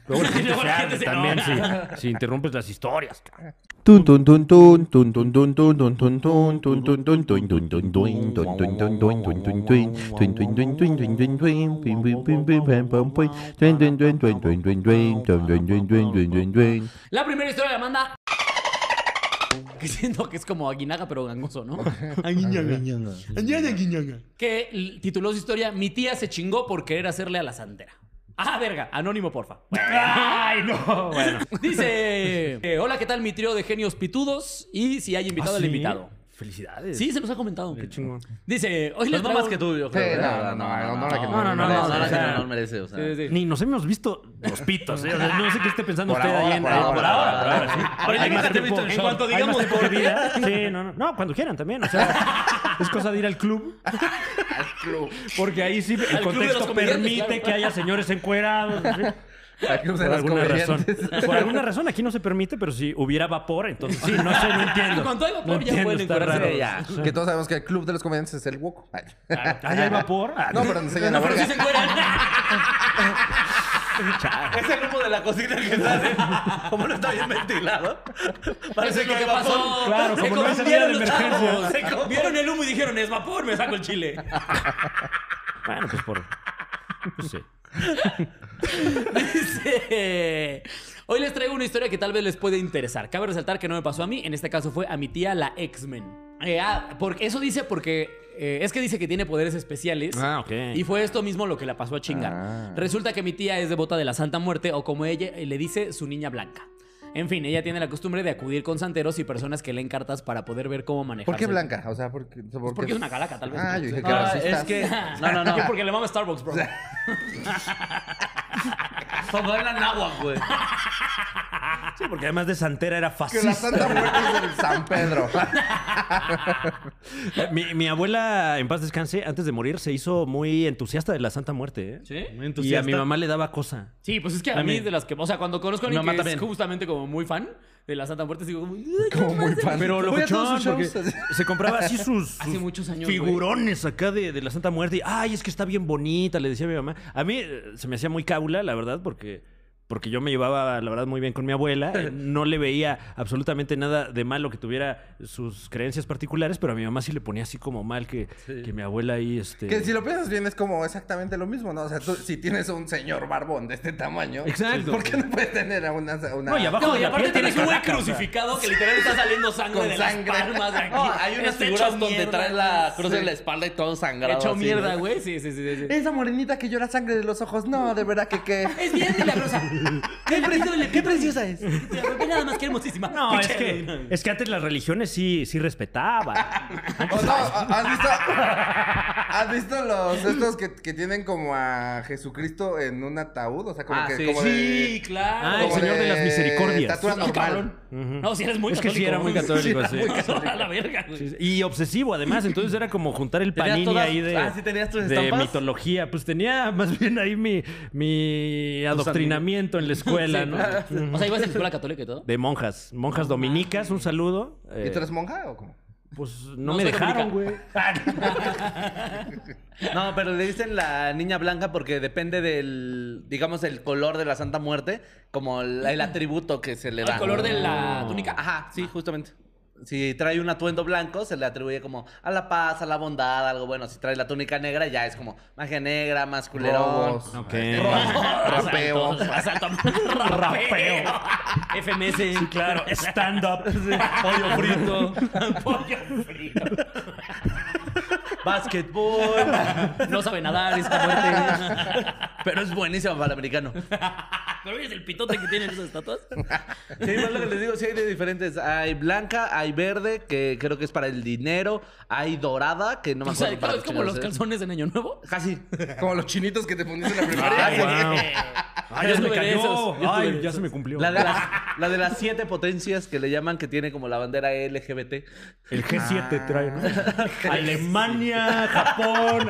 D: Luego la gente
C: Luego
D: se
C: la
D: arde
C: gente se
D: también si,
C: enoja.
D: si interrumpes las historias. cabrón.
F: Tun tun tun tun tun tun tun tun tun tun tun tun tun tun tun tun tun tun tun tun tun tun tun tun tun. Tun tun tun tun tun tun tun. Pim, pim, pim, pim, pam, pam, pum. Tun, tun, tun, tun, tun, tun, tun. Tun, tun, tun, tun, tun, tun, tun.
C: La primera historia la manda. Que siento que es como aguinaga, pero gangoso, ¿no? Que l- tituló su historia Mi tía se chingó por querer hacerle a la santera. Ah, verga. Anónimo, porfa.
D: Ay, no. Bueno.
C: Dice: eh, Hola, ¿qué tal mi trío de genios pitudos? Y si hay invitado al invitado.
D: Felicidades.
C: Sí, se nos ha comentado.
D: ¿Ah, Qué chingón.
C: Dice: Hoy les
E: Pues no
C: traigo...
E: más que tú, yo
B: Sí,
E: creo.
B: no, no, no, no, la que
D: No, no, no,
B: merece.
D: no,
E: la que
D: no, no,
E: no merece, o sea.
C: Sí, sí.
D: Ni nos hemos visto los pitos, ¿eh? O sea, no sé qué esté pensando
B: Por
D: usted
B: ahora,
D: ahí en.
B: por ahora, por ahora, por
D: sí.
E: Pero yo
D: Hay
E: nunca
D: más
E: te he
D: tiempo.
E: visto en
D: En
E: short.
D: cuanto
E: Hay
D: digamos
E: más tiempo
D: por
E: de
D: vida. Sí, no, no. No, cuando quieran también. O sea, es cosa de ir al club. Porque ahí sí el
C: de los
D: contexto
C: comediantes,
D: permite
C: claro.
D: que haya señores encuerados. ¿sí?
B: La que usa
D: Por
B: las
D: alguna razón.
B: comediantes.
D: Por alguna razón aquí no se permite, pero si hubiera vapor, entonces sí, no sé, no entiendo.
C: En cuanto hay vapor,
D: No
C: ya
D: entiendo,
C: pueden
D: está
C: encuerarse.
D: raro.
B: Sí, ya. Que todos sabemos que el club de los comediantes es el Woco. Ay.
D: Ahí hay vapor. Ah,
B: No, pero donde se la
C: Pero sí se
B: verga.
C: encueran.
E: Ese grupo de la cocina que está como no está bien ventilado.
C: Eso
E: Parece
C: es lo
E: que
C: que
E: hay
C: pasó.
E: vapor.
D: Claro,
C: se
D: como no hay salida
C: confundieron
D: de
C: los
D: emergencia.
C: chavos. Se co- Vieron el humo y dijeron, es vapor, me saco el chile.
D: Bueno, pues por. pues No sé.
C: Dice... Hoy les traigo una historia que tal vez les puede interesar. Cabe resaltar que no me pasó a mí, en este caso fue a mi tía, la X-Men. Eh, ah, porque eso dice porque... eh, es que dice que tiene poderes especiales.
D: Ah, ok. Ah.
C: Y fue esto mismo lo que la pasó a chingar. Resulta que mi tía es devota de la Santa Muerte o como ella eh, le dice, su niña blanca. En fin, ella tiene la costumbre de acudir con santeros y personas que leen cartas para poder ver cómo manejar.
B: ¿Por
D: Ah,
B: qué blanca? O sea, porque, porque...
C: porque es una calaca, tal vez.
B: Ah, yo dije que
E: Ah,
B: racista.
E: es que. No, no, no.
C: Yo porque le mama Starbucks, bro.
E: Como era náhuatl, güey.
D: Sí, porque además de Santera era
B: Que la
D: fascista.
B: Santa Muerte es del San Pedro.
D: Mi, mi abuela, en paz descanse, antes de morir, se hizo muy entusiasta de la Santa Muerte. ¿eh?
C: ¿Sí?
D: Y
E: Muy
D: a
E: entusiasta.
D: mi mamá le daba cosa.
C: Sí, pues es que a mí
D: También.
C: de las que... O sea, cuando conozco a
E: Mi
C: alguien
E: mamá
C: que es
E: también.
C: justamente como muy fan de la Santa Muerte, digo... "Ay,
B: Como muy fan.
D: Pero lo
B: Voy a
D: cochón,
B: todos
D: porque
B: sus shows.
D: se compraba así sus, sus
C: Hace muchos años,
D: figurones acá de, de la Santa Muerte. Y, ay, es que está bien bonita, le decía a mi mamá. A mí eh, se me hacía muy caula, la verdad, porque, porque yo me llevaba, la verdad, muy bien con mi abuela. Eh, No le veía absolutamente nada de malo que tuviera sus creencias particulares, pero a mi mamá sí le ponía así como mal que, que mi abuela ahí... Este...
B: Que si lo piensas bien es como exactamente lo mismo, ¿no? O sea, tú, si tienes a un señor barbón de este tamaño,
D: Exacto.
B: ¿por qué no puedes tener a una... a una-
D: No, y abajo
C: No,
D: de
C: y
D: la
C: aparte
D: piel
C: tienes un
D: tiene
C: güey
D: calaca, o sea.
C: crucificado que literal está saliendo sangre
B: Con
C: de
B: sangre.
C: las palmas de aquí.
E: No, hay unas
C: Está
E: figuras
C: hecho
E: donde
C: mierda,
E: trae la
C: güey.
E: cruz en la espalda y todo sangrado.
C: Hecho
E: así,
C: mierda,
E: ¿no?
C: güey. Sí, sí, sí, sí. sí.
B: Esa morenita que llora sangre de los ojos. No, de verdad que qué.
C: Es bien milagrosa. Qué, preciosa es. Ve nada más que hermosísima.
D: No, es que, es que antes las religiones sí, sí respetaban.
B: O no, ¿has visto, has visto los estos que, que tienen como a Jesucristo en un ataúd? O sea, como
E: Ah,
B: que
E: sí.
B: como
C: Sí,
B: de...
C: claro.
D: Ah, el
B: como
D: Señor de las Misericordias.
B: Estatura
C: No, cabrón.
B: normal.
C: No, si eres muy
D: Es que
C: católico.
D: sí, era muy católico, sí.
C: A la verga, güey.
D: Sí, sí. Y obsesivo, además. Entonces era como juntar el
E: ¿Tenías
D: panini
E: todas-
D: ahí de,
E: ah, sí tenías tus
D: de
E: estampas?
D: mitología. Pues tenía más bien ahí mi, mi adoctrinamiento en la escuela, ¿no?
C: O sea, ibas a la escuela católica y todo.
D: De monjas. Monjas dominicas, un saludo. Eh,
B: ¿Y tú eres monja o cómo?
D: Pues no,
C: No
D: me
C: soy
D: dejaron, güey.
C: dominica.
E: No, pero le dicen la niña blanca porque depende del, digamos, el color de la Santa Muerte, como el, el atributo que se le da.
C: El color de la túnica.
E: Ajá, sí, justamente. Si trae un atuendo blanco, se le atribuye como a la paz, a la bondad, algo bueno. Si trae la túnica negra, ya es como magia negra, masculero.
B: Robos,
D: Ok.
B: Rapeo.
C: Asalto. asalto, Rapeo. FMS. Sí,
D: Claro, stand-up.
E: Pollo frito,
C: Pollo frío.
E: básquetbol.
C: No sabe nadar, este. está muerte.
E: Pero es buenísimo para el americano.
C: ¿Pero ves el pitote que tienen esas estatuas?
E: Sí, es lo que les digo, sí hay de diferentes. Hay blanca, hay verde, que creo que es para el dinero. Hay dorada, que no me
C: O
E: acuerdo.
C: sea,
E: para ¿eh?
C: claro, es
E: qué
C: como los
E: chingados es.
C: calzones en Año Nuevo.
E: Casi.
C: Ah,
B: Como los chinitos que te ponías en la
D: Ay,
B: primaria.
D: wow. Ay, ya se me
C: estuve de
D: cayó.
C: esos, yo estuve
D: Ay,
C: de
D: ya se
C: esos.
D: me cumplió.
E: La de, las, la de las siete potencias que le llaman que tiene como la bandera LGBT.
D: El
E: Ah.
D: G7 trae, ¿no? Alemania, Japón.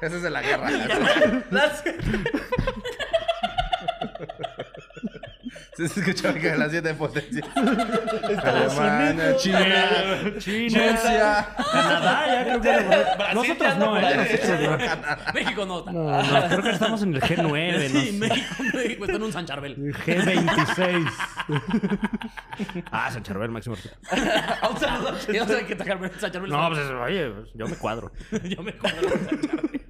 B: Esa es de la guerra.
E: Las-
B: Sí, se escuchaba que de las siete potencias.
D: Estados
B: Alemania,
D: Unidos,
B: China,
D: eh, China,
B: Rusia.
D: Canadá, ya creo que
E: Brasil
D: Nosotros
E: ya
D: no,
E: anda por
D: ¿eh?
E: ahí.
D: Nosotros no.
C: México no está.
D: No, no, creo que estamos en el G9,
C: sí,
D: no sé.
C: México, México está en un San Charbel.
D: G26. ah, San Charbel, máximo respeto.
C: Un saludo. Ya no saben qué está Charbel, San Charbel.
D: No, pues oye, pues, yo me cuadro.
C: Yo me cuadro con San Charbel.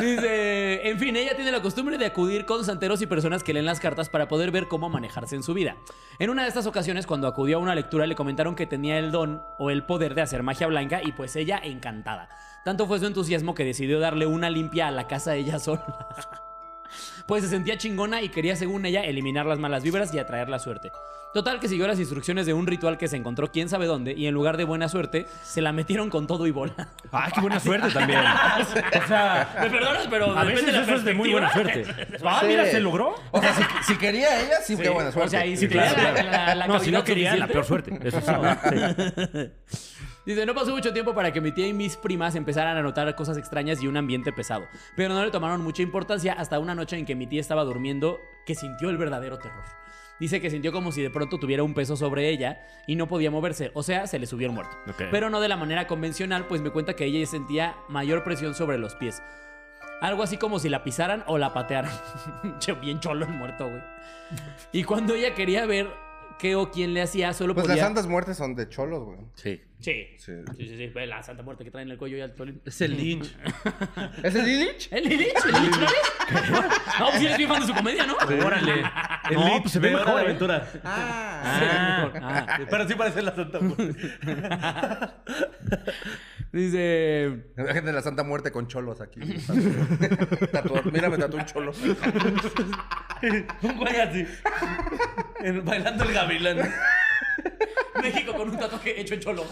C: Dice, en fin, ella tiene la costumbre de acudir con santeros y personas que leen las cartas para poder ver cómo manejarse en su vida. En una de estas ocasiones, cuando acudió a una lectura, le comentaron que tenía el don o el poder de hacer magia blanca y pues ella encantada. Tanto fue su entusiasmo que decidió darle una limpia a la casa ella sola. Pues se sentía chingona y quería, según ella, eliminar las malas vibras y atraer la suerte. Total que siguió las instrucciones de un ritual que se encontró quién sabe dónde y en lugar de buena suerte, se la metieron con todo y bola.
D: Ah, qué buena suerte también. O sea,
C: Me perdonas, pero
D: a veces eso es de muy buena suerte. Ah,
B: Sí.
D: mira, se logró.
B: O sea, si, si quería ella, sí, qué buena suerte.
C: O sea, ahí sí,
D: Sí, claro,
C: tenía
D: claro.
C: la- la- la
D: no, si no
C: capacidad
D: quería, la
C: suficiente.
D: peor suerte. Eso sí, ¿no? Sí.
C: Dice, no pasó mucho tiempo para que mi tía y mis primas empezaran a notar cosas extrañas y un ambiente pesado. Pero no le tomaron mucha importancia hasta una noche en que mi tía estaba durmiendo que sintió el verdadero terror. Dice que sintió como si de pronto tuviera un peso sobre ella y no podía moverse, o sea, se le subió el muerto.
D: Ok.
C: Pero no de la manera convencional, pues me cuenta que ella sentía mayor presión sobre los pies. Algo así como si la pisaran o la patearan. Che, Bien cholo el muerto, güey. Y cuando ella quería ver qué o quién le hacía, solo
B: Pues las
C: podía...
B: santas muertes son de cholos, güey.
E: Sí.
C: Sí.
B: Sí.
C: Sí, sí, sí. ve La santa muerte que traen en el cuello y al tolín.
E: Es el Lynch.
B: ¿Es el Illich?
C: ¿El Lilich? ¿El Lilich no eres? No, pues sí eres bien fan de su comedia, ¿no?
E: Órale. El
D: No,
E: Lynch
D: pues se ve
E: de Hora
D: mejor,
E: de
D: ¿eh?
E: aventura.
B: Ah.
C: Ah, ah.
E: Pero sí parece la Santa Muerte.
C: Dice...
B: La gente de la Santa Muerte con cholos aquí. Tatuado. Mira, me tatuó un cholo.
E: Un güey así. En- Bailando el gavilán.
C: México con un tatuaje hecho en cholo.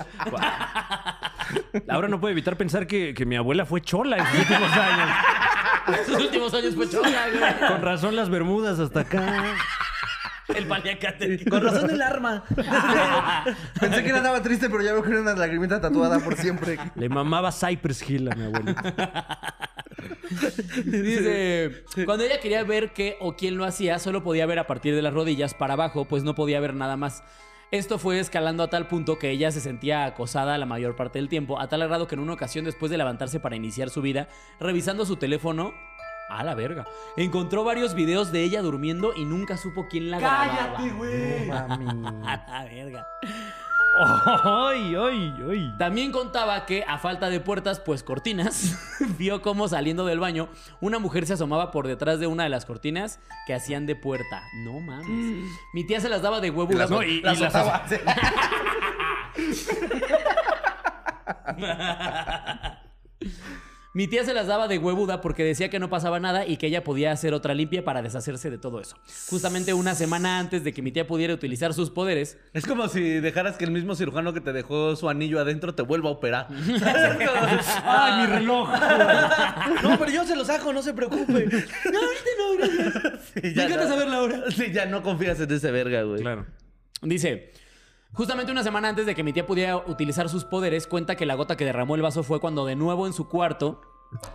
D: Ahora no puedo evitar pensar que, que mi abuela fue chola en sus últimos años.
C: Sus últimos años fue chola, güey.
D: Con razón las Bermudas hasta acá.
C: El paliacate.
E: Con razón el arma.
B: Pensé que ella estaba triste, pero ya veo que era una lagrimita tatuada por siempre.
D: Le mamaba Cypress Hill a mi abuelita.
C: Dice, cuando ella quería ver qué o quién lo hacía, solo podía ver a partir de las rodillas para abajo, pues no podía ver nada más. Esto fue escalando a tal punto que ella se sentía acosada la mayor parte del tiempo, a tal grado que en una ocasión después de levantarse para iniciar su vida, revisando su teléfono, a la verga, encontró varios videos de ella durmiendo y nunca supo quién la grababa.
E: güey!
C: A la verga.
D: ¡Ay, ay, ay!
C: También contaba que a falta de puertas, pues cortinas, vio cómo saliendo del baño una mujer se asomaba por detrás de una de las cortinas que hacían de puerta. No mames. Mi tía se las daba de huevo.
D: No, y, y
B: La
D: las
B: azotaba. Sí.
C: Mi tía se las daba de huevuda porque decía que no pasaba nada y que ella podía hacer otra limpia para deshacerse de todo eso. Justamente una semana antes de que mi tía pudiera utilizar sus poderes,
E: Es como si dejaras que el mismo cirujano que te dejó su anillo adentro te vuelva a operar. "Ah,
D: ¡Ay, mi reloj!
E: no, pero yo se lo saco, no se preocupe. No, ahorita no, gracias.
C: Me encanta saber la hora.
E: Sí, ya no confías en ese verga, güey.
D: Claro.
C: Dice, justamente una semana antes de que mi tía pudiera utilizar sus poderes, cuenta que la gota que derramó el vaso fue cuando de nuevo en su cuarto,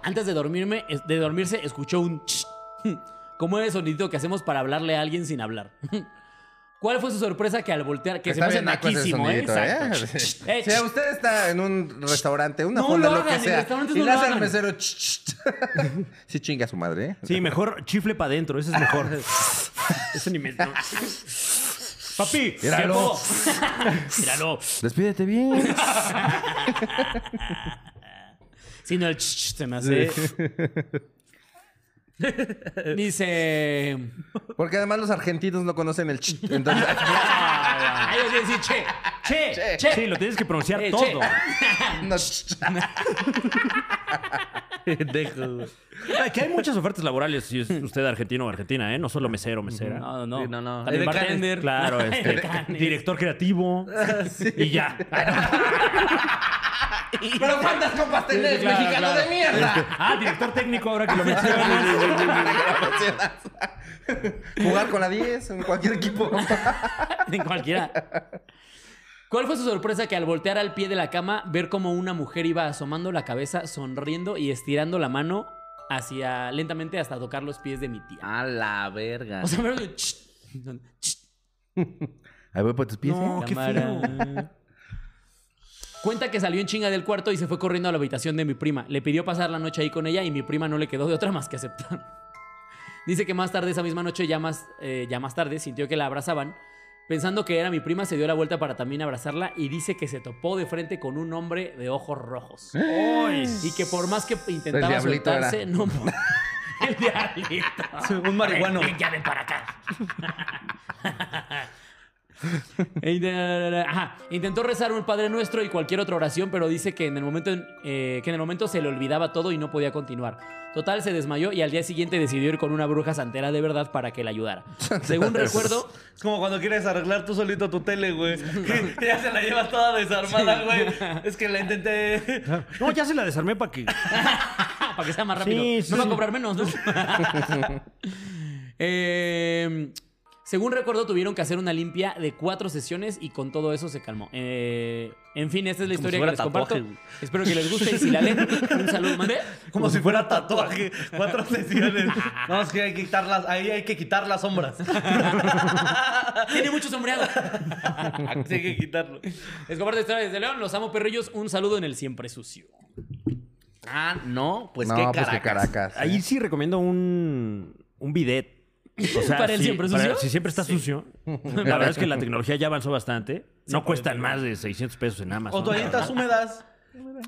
C: antes de dormirme, es- de dormirse, escuchó un ch, como el sonidito que hacemos para hablarle a alguien sin hablar. ¿Cuál fue su sorpresa que al voltear, que
B: Está
C: se
B: bien
C: me
B: naco
C: hace
B: ese
C: naquísimo, eh?
B: sonidito, ¿eh?
C: Exacto.
B: Sí.
C: Eh,
B: Si usted está en un restaurante, una
C: No
B: fonda,
C: lo
B: lo,
C: hagan,
B: que
C: en
B: sea,
C: restaurantes
B: y
C: no
B: le
C: lo
B: hace al
C: hagan.
B: mesero... "Ch, ch, ch". sí chinga su madre, ¿eh?
D: Sí, mejor chifle para adentro, ese es mejor. ese ni me. no. Papi,
B: Míralo.
C: Míralo.
B: Despídete bien.
C: Si no, el ch, ch, se me hace. Dice.
B: Porque además los argentinos no conocen el... ch, Entonces... Ah.
C: Ay, yo sí, che.
D: che,
C: Che.
D: Sí, lo tienes que pronunciar
C: Eh,
D: todo.
B: no, ch, ch.
E: Dejo, güey.
D: Ay, que hay muchas ofertas laborales si es usted argentino o argentina, ¿eh? No solo mesero, mesera.
C: No, no,
E: Sí, no, no.
C: También
E: Edecanes.
C: bartender.
D: Claro, este,
C: Edecanes.
D: director creativo. Y ya.
B: Pero cuántas copas
C: Sí,
B: tenés,
C: claro,
B: mexicano
C: claro.
B: de mierda.
D: Ah, director técnico, ahora que lo mencionas.
B: Jugar con la 10 en cualquier equipo.
C: En cualquiera. ¿Cuál fue su sorpresa que al voltear al pie de la cama, ver cómo una mujer iba asomando la cabeza, sonriendo y estirando la mano hacia lentamente hasta tocar los pies de mi tía?
E: A la verga.
C: O sea, me lo- ch- ch-
F: Ahí voy por tus pies. ¿eh?
B: Oh,
D: qué
C: cámara. Cuenta que salió en chinga del cuarto y se fue corriendo a la habitación de mi prima. Le pidió pasar la noche ahí con ella y mi prima no le quedó de otra más que aceptar. Dice que más tarde, esa misma noche, ya más, eh, ya más tarde, sintió que la abrazaban. Pensando que era mi prima, se dio la vuelta para también abrazarla y dice que se topó de frente con un hombre de ojos rojos. Y que por más que intentaba
B: ¿Eh? diablito era.
C: soltarse, no... El diablito.
E: un marihuano.
C: Ven, ya ven para acá. Ey, da, da, da. Ajá. Intentó rezar un Padre Nuestro y cualquier otra oración, pero dice que en el momento en- eh, que en el momento se le olvidaba todo y no podía continuar. Total, se desmayó y al día siguiente decidió ir con una bruja santera de verdad para que la ayudara. Según recuerdo,
E: Es como cuando quieres arreglar tú solito tu tele, güey. Que ya se la llevas toda desarmada, güey. Es que la intenté.
D: No, ya se la desarmé para que.
C: Ah, para que sea más rápido.
D: Sí, sí,
C: no va a
D: sí.
C: cobrar menos, ¿no? Eh, según recuerdo, tuvieron que hacer una limpia de cuatro sesiones y con todo eso se calmó. Eh, en fin, esta es la
E: Como
C: historia que
E: si fuera
C: les
E: tatuaje,
C: comparto. Espero que les guste y si la leen, un saludo. ¿Mandé?
E: Como si fuera tatuaje. Cuatro sesiones. No, es que hay que quitarlas. Ahí hay que quitar las sombras.
C: Tiene mucho sombreado.
E: Sí, hay que quitarlo.
C: Les comparto esta historia desde León. Los amo, perrillos. Un saludo en el siempre sucio.
E: Ah, no. Pues
B: no,
E: qué
B: pues que
E: caracas.
B: Caracas.
D: Ahí sí recomiendo un. Un bidet. O sea,
C: ¿Para el
D: si-
C: siempre sucio?
D: si siempre está sucio. La verdad es que la tecnología ya avanzó bastante. No cuestan más de 600 pesos en Amazon.
E: O toallitas húmedas.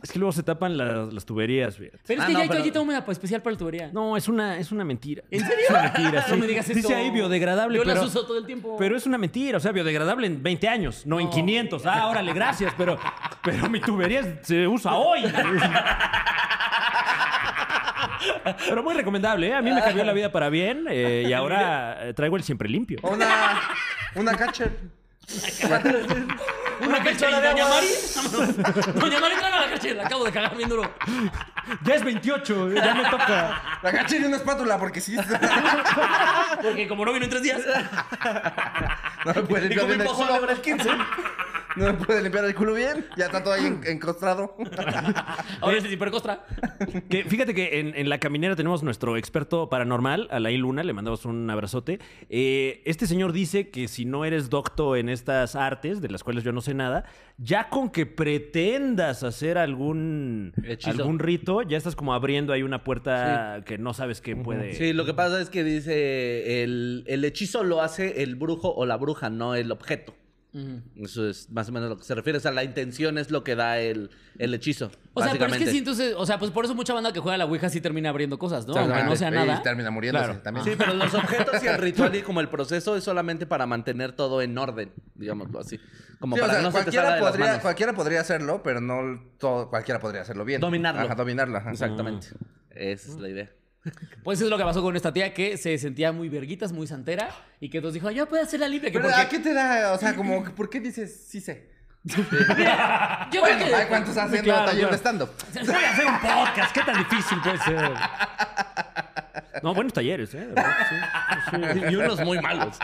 D: Es que luego se tapan las, las tuberías. fíjate.
C: Pero es
E: Ah,
C: que
E: no,
C: ya hay
E: pero-
C: toallita húmeda pues, especial para el tubería.
D: No, es una, es una mentira.
C: ¿En serio?
D: Es una mentira,
C: No
D: sí.
C: me digas eso.
D: Dice ahí biodegradable,
C: Yo
D: pero...
C: las uso todo el tiempo.
D: Pero es una mentira, o sea, biodegradable en 20 años, no, en 500. Ah, órale, gracias, pero, pero mi tubería se usa hoy. Pero muy recomendable, ¿eh? A mí me cambió la vida para bien eh, y ahora eh, traigo el siempre limpio.
B: O Una, una catcher.
C: Una cachera de Doña Mari. Vámonos. Doña Mari, tráeme la cachera. La acabo de cagar bien duro.
D: Ya es 28, ya me toca.
B: La catcher y una espátula, porque sí.
C: Porque como no vino en tres días.
B: No me puede
E: Y
B: limpiar
E: comí
B: bien el
E: pozole
B: culo.
E: ahora el 15.
B: No me puede limpiar el culo bien. Ya está todo ahí en- encostrado.
C: Ahora es el hipercostra.
D: Que, fíjate que en, en la caminera tenemos nuestro experto paranormal, Alain Luna, le mandamos un abrazote. Eh, este señor dice que si no eres docto en estas artes, de las cuales yo no sé nada, ya con que pretendas hacer algún,
E: Hechizo.
D: algún rito, ya estás como abriendo ahí una puerta que no sabes que puede.
E: Sí, lo que pasa es que dice el, el hechizo lo hace el brujo o la bruja, no el objeto. Eso es más o menos lo que se refiere. O sea, la intención es lo que da el, el hechizo.
C: O sea, pero es que
E: básicamente.
C: sí, entonces, o sea, pues por eso mucha banda que juega a la Ouija sí termina abriendo cosas, ¿no? Aunque no sea
B: Y
C: nada.
B: termina muriéndose
D: Claro.
B: también.
E: Sí, pero los objetos y el ritual y como el proceso es solamente para mantener todo en orden, digámoslo así. Como
B: Sí, o
E: para
B: sea,
E: que no se te salga
B: cualquiera,
E: de las
B: podría,
E: manos.
B: cualquiera podría hacerlo, pero no todo, cualquiera podría hacerlo bien.
E: Dominarlo.
B: Ajá, dominarla. ajá.
E: Exactamente. Esa es la idea.
C: Pues eso es lo que pasó con esta tía que se sentía muy verguitas, muy santera y que entonces dijo, yo puedo hacer la limpia. Que
B: Pero
C: porque-
B: ¿a qué te da? O sea, como, ¿por qué dices sí sé?
C: Yo
B: Bueno,
C: creo que...
B: hay cuántos haciendo
D: claro,
B: taller de
D: claro.
B: stand-up.
D: Voy a hacer un podcast, qué tan difícil puede ser. No, buenos talleres, ¿eh? Sí, sí.
E: Y unos muy malos.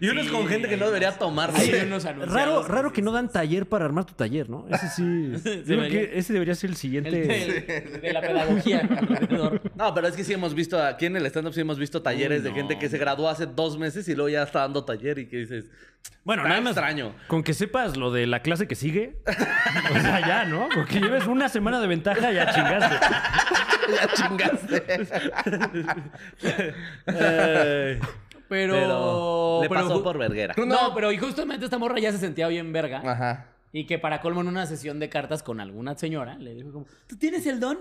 E: Y unos con gente que no debería tomarse.
C: Hay unos anunciados.
D: Raro, raro que no dan taller para armar tu taller, ¿no? Ese sí. yo creo
C: debería.
D: que ese debería ser el siguiente.
C: El- el- de la pedagogía. alrededor.
E: No, pero es que sí hemos visto, aquí en el stand-up sí hemos visto talleres de gente que se graduó hace dos meses y luego ya está dando taller y que dices,
D: Bueno,
E: Está
D: nada más.
E: extraño.
D: Con que sepas lo de la clase que sigue. O sea, ya, ¿no? Con que lleves una semana de ventaja, ya chingaste.
B: Ya chingaste.
E: Eh.
C: Pero...
E: pero le
C: pero
E: pasó
C: ju-
E: por verguera.
C: No, pero y justamente esta morra ya se sentía bien verga.
B: Ajá.
C: Y que para colmo en una sesión de cartas con alguna señora, le dijo como, ¿tú tienes el don?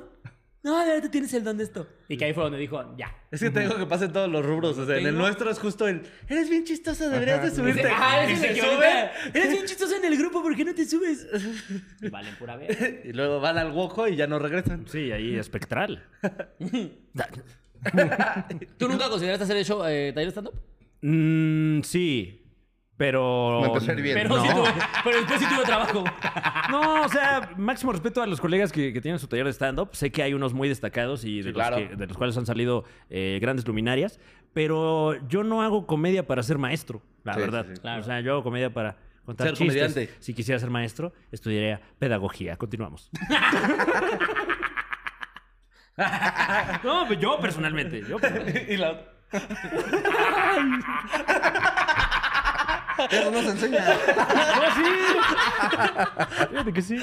C: No, de verdad, tú tienes el don de esto. Y que ahí fue donde dijo, ya.
E: Es que te digo que pasa en todos los rubros. O sea, en el
C: Tengo-
E: nuestro es justo el, eres bien chistoso, deberías de
C: Dice,
E: subirte.
C: "Ah,
E: y
C: eres el
E: se
C: equivalente.
E: sube
C: Eres bien chistoso en el grupo, ¿por qué no te subes? Y valen pura verga.
E: y luego van al woco y ya no regresan.
D: Sí, ahí espectral.
C: ¿Tú nunca consideraste hacer el show eh, taller stand-up?
D: Mm, sí. Pero.
B: Me empezó a ir bien.
C: Pero,
B: No.
C: sí tuve- pero después sí tuve trabajo.
D: No, o sea, máximo respeto a los colegas que, que tienen su taller de stand-up. Sé que hay unos muy destacados y de,
E: Sí,
D: los,
E: claro.
D: que- de los cuales han salido eh, grandes luminarias. Pero yo no hago comedia para ser maestro, la
B: Sí,
D: verdad.
B: sí, sí.
D: O sea, yo hago comedia para contar
E: Ser
D: chistes.
E: comediante.
D: Si quisiera ser maestro, estudiaría pedagogía. Continuamos. no, pues yo personalmente. Yo personalmente.
E: Y la...
B: Eso no se enseña.
D: No, sí. Fíjate que sí.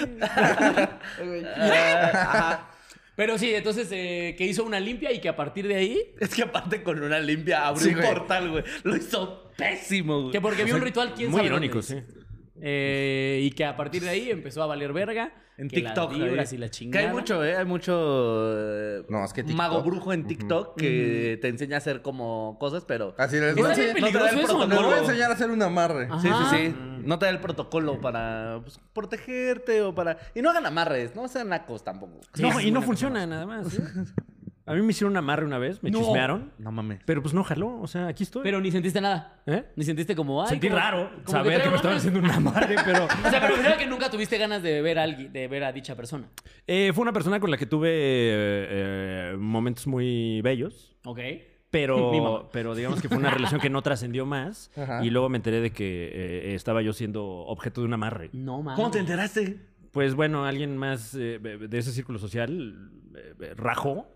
C: Pero sí, entonces eh, que hizo una limpia y que a partir de ahí.
E: Es que aparte con una limpia abrió
B: Sí,
E: un
B: güey.
E: portal, güey. Lo hizo pésimo, güey.
C: Que porque vio un ritual, quién
D: Muy
C: sabe
D: irónico,
C: dónde.
D: sí.
C: Eh, y que a partir de ahí empezó a valer verga.
E: En
C: que
E: TikTok.
C: Las vibras
E: ahí.
C: y la
E: Que
C: chingada.
E: hay mucho, ¿eh? Hay mucho... eh,
B: No, es que TikTok.
E: Mago brujo en TikTok que te enseña a hacer como cosas, pero...
B: Así les voy a
C: Está bien
B: enseñar.
E: no te da
C: peligroso
E: el
C: eso,
B: Les voy a
C: ¿no?
B: enseñar a hacer un amarre.
C: Ajá.
E: Sí, sí, sí. No te da el protocolo para pues, protegerte o para... Y no hagan amarres, no sean nacos tampoco.
D: No, y no funciona nada más. ¿eh? A mí me hicieron un amarre una vez, me chismearon.
E: No mames.
D: Pero pues no jaló, o sea, aquí estoy.
C: Pero ni sentiste nada.
D: ¿Eh?
C: Ni sentiste como. Ay,
D: Sentí
C: como-
D: raro
C: como
D: saber que,
C: traigo
D: me
C: ganas.
D: estaban haciendo un amarre, pero...
C: O sea, pero creo que nunca tuviste ganas de ver a alguien, de ver a dicha persona.
D: Eh, fue una persona con la que tuve eh, eh, momentos muy bellos,
C: ¿Ok? Mi mamá.
D: pero, pero digamos que fue una relación que no trascendió más.
B: Ajá.
D: Y luego me enteré de que eh, estaba yo siendo objeto de un amarre.
C: No mames.
E: ¿Cómo te enteraste?
D: Pues bueno, alguien más eh, de ese círculo social eh, eh, rajó.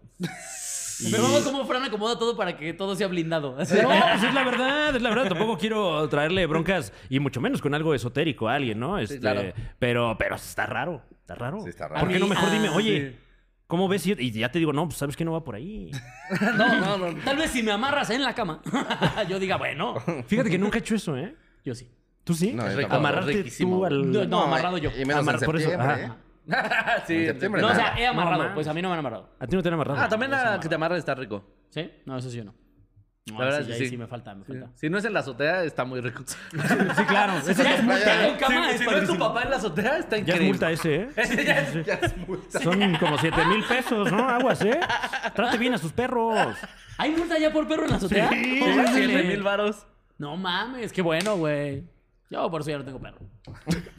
D: Y-
C: Pero vamos como Fran acomoda todo para que todo sea blindado. Así.
D: No, pues es la verdad, es la verdad. Tampoco quiero traerle broncas y mucho menos con algo esotérico a alguien, ¿no? Este,
E: claro.
D: Pero, pero está raro, está raro.
B: Sí, está raro.
D: ¿Por qué no mejor dime,
C: Ah,
D: oye, ¿cómo ves? Y y ya te digo, no, pues sabes que no va por ahí.
E: No, no, no.
C: Tal vez si me amarras en la cama, yo diga, bueno,
D: Fíjate que nunca he hecho eso, ¿eh?
C: yo sí.
D: ¿Tú sí?
B: No, yo tampoco.
D: Amarrarte
E: Riquísimo.
D: tú al...
C: No, no, amarrado yo.
B: Y menos
D: Amar-
B: en
D: por eso,
B: septiembre,
D: ajá.
B: ¿eh?
E: sí.
B: En septiembre,
C: No, o
B: nada.
C: sea, he amarrado, pues a mí no me han amarrado.
D: A ti no te han amarrado.
E: Ah, también la que te amarra está rico.
C: ¿Sí? No, eso sí yo no. No,
E: La verdad
C: sí,
E: es que
C: ahí sí.
E: sí.
C: me falta, me falta.
E: Si no es en la azotea, está muy rico.
D: Sí, claro. Ese
C: Ya
D: ya
C: es
D: es
C: muy
B: ya,
C: caro, cama, es
E: si no es tu
C: padrísimo.
E: papá en la azotea, está
D: ya es
E: increíble.
D: multa ese, ¿eh?
E: Ese ya es- ya es multa.
D: Son como 7 mil pesos, ¿no? Aguas, ¿eh? Trate bien a sus perros.
C: ¿Hay multa ya por perro en la azotea?
D: Sí.
C: Órale.
E: 7 mil varos.
C: No mames, qué bueno, güey. Yo por eso ya no tengo perro.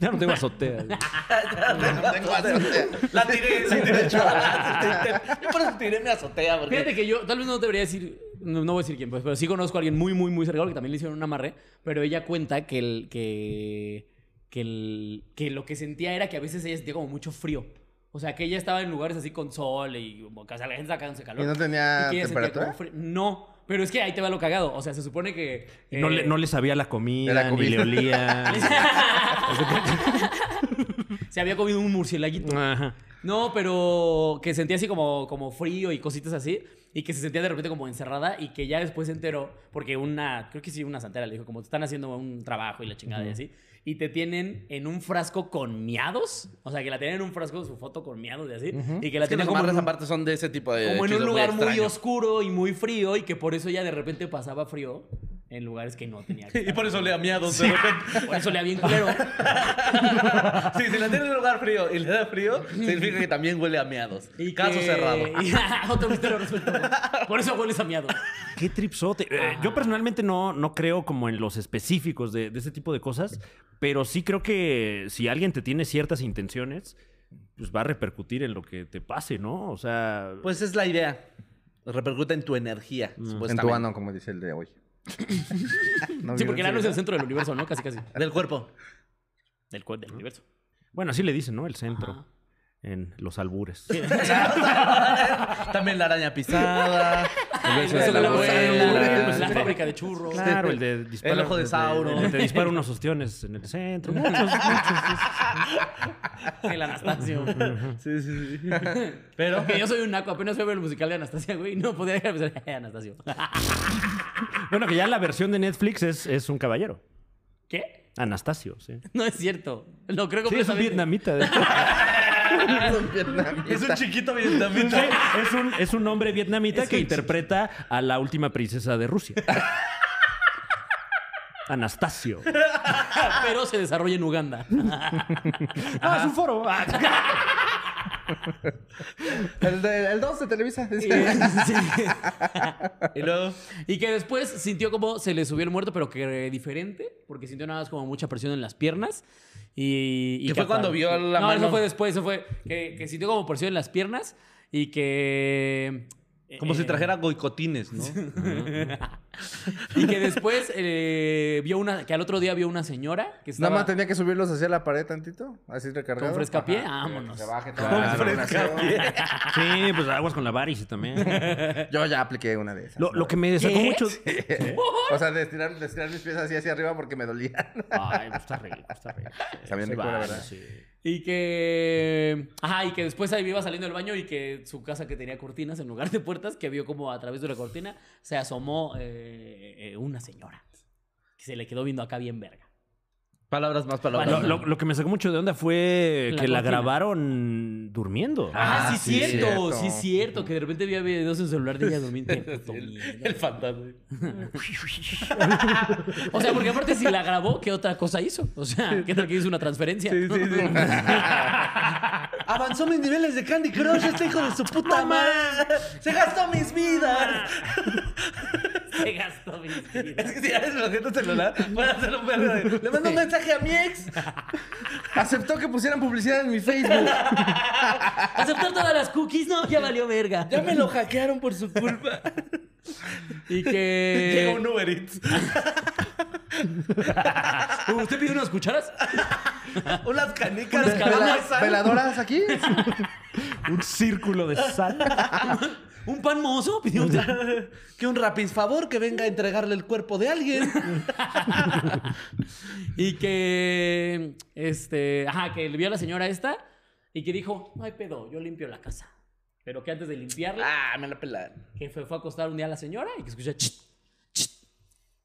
D: Ya no tengo azotea.
B: No tengo azotea.
E: La tiré sin derecho. Yo por eso tiré mi azotea. Porque...
C: Fíjate que yo, tal vez no debería decir, no, no voy a decir quién, pues, pero sí conozco a alguien muy, muy, muy cercano que también le hicieron un amarre, pero ella cuenta que el, que, que el, que lo que sentía era que a veces ella sentía como mucho frío. O sea, que ella estaba en lugares así con sol y como que o sea, la gente sacándose calor.
B: ¿Y no tenía
C: que ella sentía como
B: temperatura?
C: frío. No, pero es que ahí te va lo cagado. O sea, se supone que... eh,
D: No le, no le sabía la comida,
B: Era
D: ni
B: COVID.
D: le olía.
C: se había comido un murcielaguito.
D: Ajá.
C: No, pero que sentía así como, como frío y cositas así. Y que se sentía de repente como encerrada y que ya después se enteró, porque una, creo que sí, una santera le dijo, como te están haciendo un trabajo y la chingada y así, y te tienen en un frasco con miados, o sea, que la tienen en un frasco, su foto con miados y así, y que la
E: Es que
C: tienen
E: los
C: como en
E: amarres
C: un-
E: aparte son de ese tipo de
C: como en un
E: hechizos
C: lugar muy
E: extraños.
C: oscuro y muy frío y que por eso ya de repente pasaba frío en lugares que no tenía que
E: Y
C: estar.
E: por eso le da miedo de repente.
C: Por eso le había bien culero.
E: Sí, si la tiene en un lugar frío y le da frío, significa que también huele a miados.
C: Y
E: Caso
C: que-
E: cerrado.
C: Otro misterio resuelto. Por eso hueles a miados.
D: Qué tripsote. Eh, yo personalmente no, no creo como en los específicos de, de este tipo de cosas, pero sí creo que si alguien te tiene ciertas intenciones, pues va a repercutir en lo que te pase, ¿no? O sea,
E: Pues es la idea. Repercute en tu energía,
B: En tu
E: supuestamente.
B: ano, como dice el de hoy. No
C: Sí,
B: vieron
C: porque el
B: ese
C: ano es
B: video.
C: el centro del universo, ¿no? Casi, casi.
E: Del cuerpo.
C: Del, cu- del universo.
D: bueno, así le dicen, ¿no? El centro.
C: Ajá.
D: En los albures.
E: También la araña pisada.
C: El
E: beso
C: beso de la abuela, pues, la
E: abuela.
C: fábrica de churros.
D: Claro, el de disparo.
E: El ojo de Sauron.
D: el de- te dispara unos ostiones en el centro. Muchos, muchos.
C: El Anastasio.
E: Sí, sí, sí. Pero.
C: Que yo soy un naco, apenas fui a ver el musical de Anastasia, güey. No podía dejar de pensar, "Eh, Anastasio.
D: Bueno, que ya la versión de Netflix es, es un caballero.
C: ¿Qué?
D: Anastasio, sí.
C: No es cierto. Lo creo
D: Sí, es un
C: completamente.
D: vietnamita, de hecho.
E: Es un chiquito vietnamita.
D: Sí, es, un, es un hombre vietnamita
C: Es
D: que
C: un
D: interpreta a la última princesa de Rusia. Anastasio.
C: pero se desarrolla en Uganda.
D: Ah, es un foro. Ah.
B: El, de- el 2 de Televisa.
C: Y,
E: Y luego.
C: y que después sintió como se le subió el muerto, pero que diferente, porque sintió nada más como mucha presión en las piernas. Y, y
E: Que fue cuando vio la
C: no,
E: mano.
C: eso fue después, eso fue que, que sintió como presión en las piernas y que...
E: Como si
C: eh,
E: trajera goicotines, ¿no?
C: Y que después eh, vio una, que al otro día vio una señora que estaba
B: Nada más tenía que subirlos hacia la pared tantito, así recargado.
C: con frescapié. Ah,
B: Ajá.
C: Vámonos.
B: Que baje toda
E: Con
B: la
E: frescapié.
B: relación.
D: Sí, pues aguas con la varice también.
B: Yo ya apliqué una de esas.
D: Lo, lo que me sacó
C: ¿Qué?
D: mucho.
B: O sea, de estirar, de estirar mis pies así hacia arriba porque me dolía.
D: Ay, pues está rico, está rico.
B: Está bien rico, la verdad.
C: Y que. Ajá, y que después ahí iba saliendo del baño y que su casa que tenía cortinas en lugar de puertas, que vio como a través de la cortina se asomó eh, eh, una señora. Que se le quedó viendo acá bien verga.
E: Palabras más palabras.
D: Lo,
E: menos.
D: lo- lo que me sacó mucho de onda fue
C: La
D: que la
C: cortina.
D: grabaron durmiendo.
C: Ah, sí,
B: sí,
C: cierto,
B: cierto.
C: sí, cierto. Que de repente vi videos en su celular de ella durmiendo. Qué puto miedo.
E: El fantasma.
C: O sea, porque aparte si la grabó, ¿qué otra cosa hizo? O sea, ¿qué tal que hizo una transferencia?
E: Avanzó mis niveles de Candy Crush, este hijo de su puta madre. Se gastó mis vidas.
C: Se gastó mi vida.
E: Es que si eres el objeto celular, puedes hacer un verbo de. Le mando un mensaje a mi ex.
B: Aceptó que pusieran publicidad en mi Facebook.
C: Aceptar todas las cookies, no, ya valió verga.
E: Ya me lo hackearon por su culpa.
C: Y que.
E: Llega un Uber Eats.
C: ¿Usted pidió unas cucharas?
E: Unas canicas.
C: Unas canicas.
E: de la
B: Vela-
E: sal.
B: ¿Veladoras aquí?
D: Un círculo de sal.
C: ¿Un pan mozo? Pidió usted.
E: Que un rapiz favor que venga a entregarle el cuerpo de alguien.
C: Y que. Este. Ajá, que le vio a la señora esta y que dijo: No hay pedo, yo limpio la casa. Pero que antes de limpiarla,
E: Ah, me la pelaron.
C: que fue, fue a acostar un día a la señora y que escucha chit, chit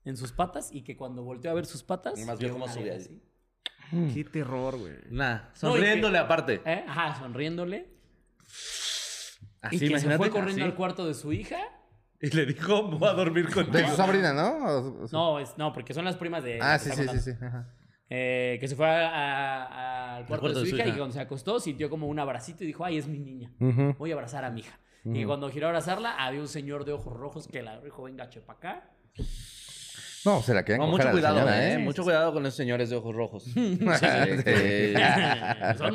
C: en sus patas y que cuando volteó a ver sus patas.
E: Nomás vio cómo
C: una
E: subía
C: de
E: ahí.
D: Qué terror, güey.
E: Nah, sonriéndole aparte.
C: ¿eh? Ajá, sonriéndole.
E: Así,
C: y que se
E: imagínate,
C: fue corriendo
E: así.
C: al cuarto de su hija.
E: Y le dijo, voy a dormir
B: De
E: contigo.
B: su sobrina, ¿no? O- o-
C: No, es, no, porque son las primas de.
B: Ah,
C: la que
B: sí,
C: está
B: sí, sí,
C: contando.
B: sí. ajá.
C: Eh, que se fue a- a- a- al cuarto,
E: cuarto
C: de su, hija, y cuando se acostó sintió como un abracito y dijo, ay, es mi niña, voy a abrazar a mi hija. Y cuando giró a abrazarla, había un señor de ojos rojos que la dijo, venga, chepa acá.
B: No, se la querían
E: No,
B: coger
E: mucho
B: a la
E: cuidado,
B: señora,
E: ¿eh? Mucho cuidado con esos señores de ojos rojos.
B: Sí.
C: Son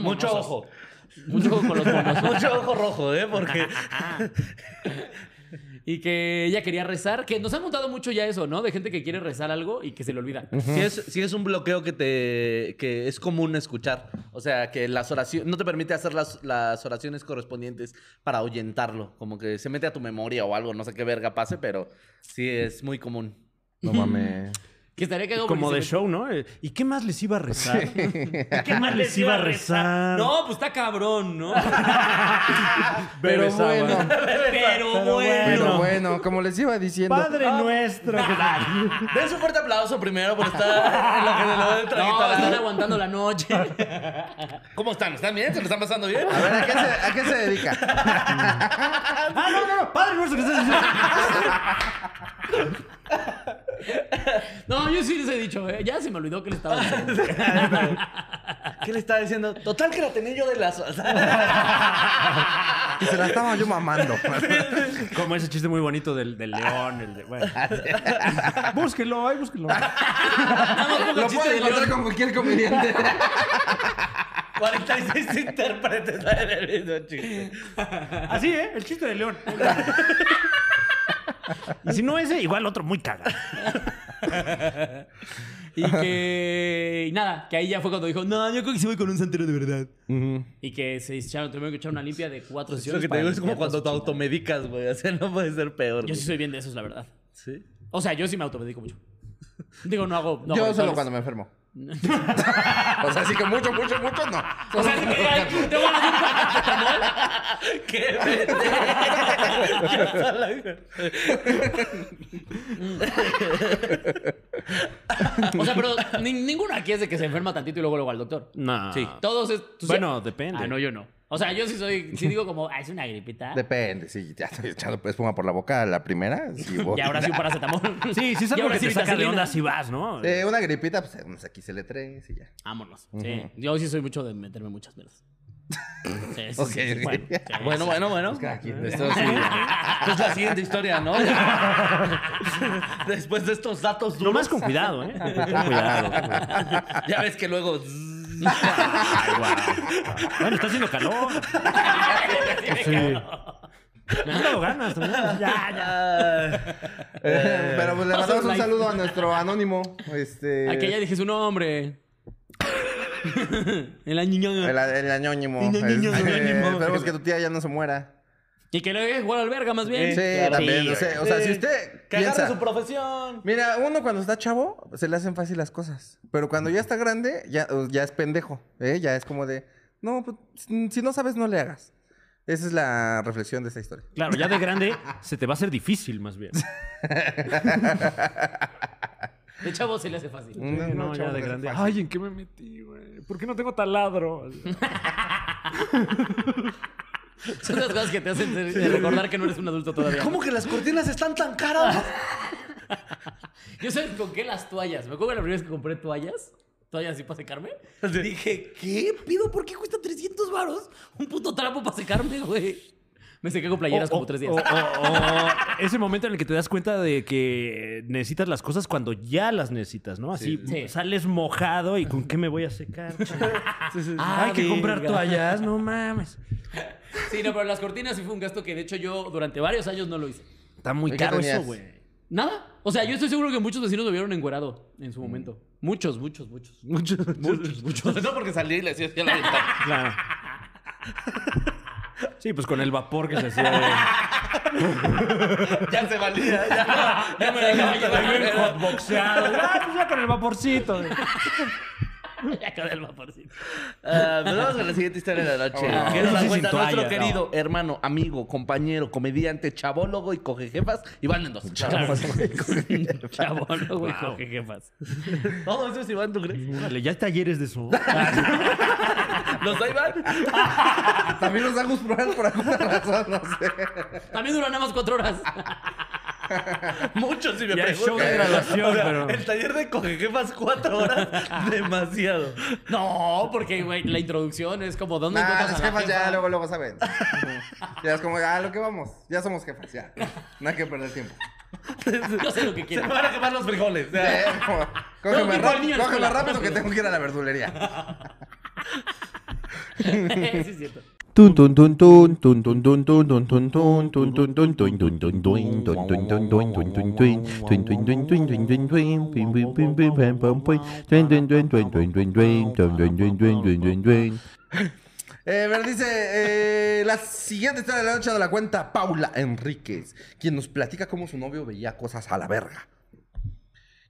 E: Mucho
C: monosos.
E: ojo.
C: Mucho ojo con los monos.
E: Mucho ojo rojo, ¿eh? Porque
C: Y que ella quería rezar, que nos han contado mucho ya eso, ¿no? De gente que quiere rezar algo y que se le olvida.
E: si es, sí es un bloqueo que te que es común escuchar. O sea, que las oraciones no te permite hacer las, las oraciones correspondientes para ahuyentarlo. Como que se mete a tu memoria o algo, no sé qué verga pase, pero sí es muy común.
B: No mames.
C: Que estaría cagado porque
D: Como
C: se
D: de
C: me-
D: show, ¿no? Eh, ¿Y qué más les iba a rezar? ¿Y ¿Qué más les iba a rezar?
C: No, pues está cabrón, ¿no?
B: Pero
D: Bebes agua.
B: bueno.
C: Pero bueno.
B: Pero bueno, como les iba diciendo.
D: Padre nuestro.
E: Den su fuerte aplauso primero por estar en lo que le lo del traguito
C: No,
E: al
C: están
E: lado.
C: aguantando la noche.
E: ¿Cómo están? ¿Están bien? ¿Se lo están pasando bien?
B: A ver, ¿a qué, se, a qué se dedica?
D: ah, no, no, no. Padre nuestro que estás
C: No, yo sí les he dicho, ¿eh? ya se me olvidó que le estaba diciendo.
E: ¿Qué le estaba diciendo? Total que la tenía yo de las...
B: Y se la estaba yo mamando.
D: Como ese chiste muy bonito del, del león. El de, bueno. búsquenlo, ay, búsquenlo.
B: Lo pueden encontrar con cualquier comediante.
E: 46 intérpretes en el mismo chiste.
D: Así, ¿eh? El chiste del león. Y si no ese, igual otro muy caga.
C: Y que. Y nada, que ahí ya fue cuando dijo, no, yo creo que sí voy con un santero de verdad. Y que se echaron, tuvieron que echar una limpia de cuatro
E: Lo
C: sesiones.
E: que te
C: para
E: digo es como
C: limpiar
E: cuando
C: sus
E: te
C: chingaderas.
E: automedicas, güey. O sea, no puede ser peor.
C: Yo sí
E: güey.
C: soy bien de esos, la verdad.
E: ¿Sí?
C: O sea, yo sí me automedico mucho. Digo, no hago. No
B: Yo
C: hago
B: solo
C: rituales.
B: cuando me enfermo. O sea, así que mucho, mucho, mucho no.
C: O sea, sí que, ay, te voy a decir
E: ¿Qué? pendejo.
C: O sea, pero ni- ninguno aquí es de que se enferma tantito y luego luego al doctor.
D: No.
E: Sí.
C: Todos es. tú sí-
D: Ah. Bueno, depende.
C: Ah, no, yo no. O sea, yo sí soy. Sí digo como, ah, es una gripita.
B: Depende, sí, ya estoy echando pues, espuma por la boca la primera. Sí, voy. Ah,
C: Y ahora sí un paracetamol.
D: Sí, sí es
C: Y
D: algo
C: ahora
D: que te saca de
C: vitacilina.
D: onda si vas, ¿no?
B: Eh, una gripita, pues, unos aquí se le tres y ya.
C: Vámonos. Sí. Yo sí soy mucho de meterme muchas velas. Sí, sí,
E: Ok,
C: sí,
E: ok.
C: bueno, sí,
E: Bueno,
C: sí.
E: bueno, bueno.
B: cada quien.
E: Esto sí. Entonces, la siguiente historia, ¿no? Después de estos datos duros.
D: Nomás con cuidado, ¿eh? Con cuidado. con cuidado.
E: Ya ves que luego.
D: Ay, guau. Bueno, está haciendo calor. Me han dado ganas también.
E: Ah,
D: Ya, ya.
B: Eh, Pero pues le
C: Paso
B: mandamos un
C: like.
B: saludo a nuestro anónimo. Este.
C: Aquí ya dije su nombre. En la ñiñona.
B: El, el anónimo.
C: El anónimo,
B: Este,
C: el anónimo.
B: Esperemos que tu tía ya no se muera.
C: Y que le deje jugar al verga, más bien.
B: Sí, también. o, sea, o sea, si usted.
E: Que agarre su
B: Piensa,
E: profesión.
B: mira, uno cuando está chavo se le hacen fácil las cosas. Pero cuando ya está grande, ya, ya es pendejo. ¿eh? Ya es como de. No, pues, si no sabes, no le hagas. Esa es la reflexión de esta historia.
D: Claro, ya de grande se te va a hacer difícil, más bien.
C: De chavo se le hace fácil.
B: No, no,
D: ya
B: chavos,
D: de
B: no es
D: grande.
B: fácil.
D: Ay, ¿en qué me metí, güey? ¿Por qué no tengo taladro?
C: Son las cosas que te hacen ser- recordar que no eres un adulto todavía.
E: ¿Cómo que las cortinas están tan caras?
C: Yo sabes con qué las toallas. Me acuerdo que la primera vez que compré toallas, toallas así para secarme. Dije, ¿qué pido? ¿Por qué cuesta 300 varos un puto trapo para secarme, güey? Me sequé con playeras
D: O-
C: como
D: o-
C: tres días.
D: o- o- o oh, ese momento en el que te das cuenta de que necesitas las cosas cuando ya las necesitas, ¿no? Así
C: Sí.
D: sales mojado y ¿con qué me voy a secar?
C: Ah,
D: Hay que comprar
C: verga.
D: toallas, no mames.
C: Sí, no, pero las cortinas sí fue un gasto que de hecho yo durante varios años no lo hice.
D: Está muy
B: ¿Y qué
D: caro
B: tenías?
D: eso, güey.
C: Nada. O sea, yo estoy seguro que muchos vecinos me vieron encuerado en su momento. Muchos, muchos, muchos.
D: Muchos, muchos, muchos.
E: No, porque salí y le decía así a la ventana.
D: Claro. Sí, pues con el vapor que se hacía. de-
E: Ya se valía. Ya, ya me dejaba
D: También
E: llevar.
D: hotboxeado. Ah, pues ya con el vaporcito.
C: Ya quedé el vaporcito.
E: Ah, Nos vamos a la siguiente historia de la noche.
D: Ah,
E: que nos la
D: sí,
E: cuenta
D: sin
E: nuestro
D: toalla,
E: querido hermano, amigo, compañero, comediante, chabólogo y coge jefas, Iván Mendoza.
C: Chavo, no, güey. ¿Qué, qué pasa?
E: Todo eso es Iván, ¿tú crees?
D: Órale, ya hay talleres de eso.
E: ¿Los da Iván?
B: Ah, También los da Gus Proal por alguna razón, no sé.
C: También duran nada más cuatro horas.
E: Muchos, si me
D: Ya hay
E: preguntan.
D: show de graduación,
E: O sea,
D: pero-
E: El taller de coge jefas, cuatro horas, demasiado.
C: No, porque, güey, la introducción es como ¿dónde
B: Nah,
C: encuentras
B: las
C: a la
B: jefas ya
C: jefa?
B: luego, luego saben. ya es como, ah, lo que vamos. Ya somos jefas, ya. No hay que perder tiempo.
C: Yo sé lo que
E: Se me
C: quiero.
E: van a quemar los frijoles. o sea,
B: Eh, como,
C: Tengo que
B: Cógeme,
C: ir
B: rap-
C: al niño a la
B: cógeme
C: escuela,
B: rápido que
C: rápido.
B: tengo que ir a la verdulería.
C: sí, es cierto.
F: Tun tun tun tun tun tun tun tun tun tun tun tun tun tun tun tun tun tun tun tun tun tun tun tun tun tun tun tun tun tun tun tun pim pim pim pim pam pam pam tun tun tun tun tun tun tun tun tun tun tun tun tun tun
B: Eh, pero dice, eh, la siguiente historia de la noche de la cuenta Paula Enríquez, quien nos platica cómo su novio veía cosas a la verga.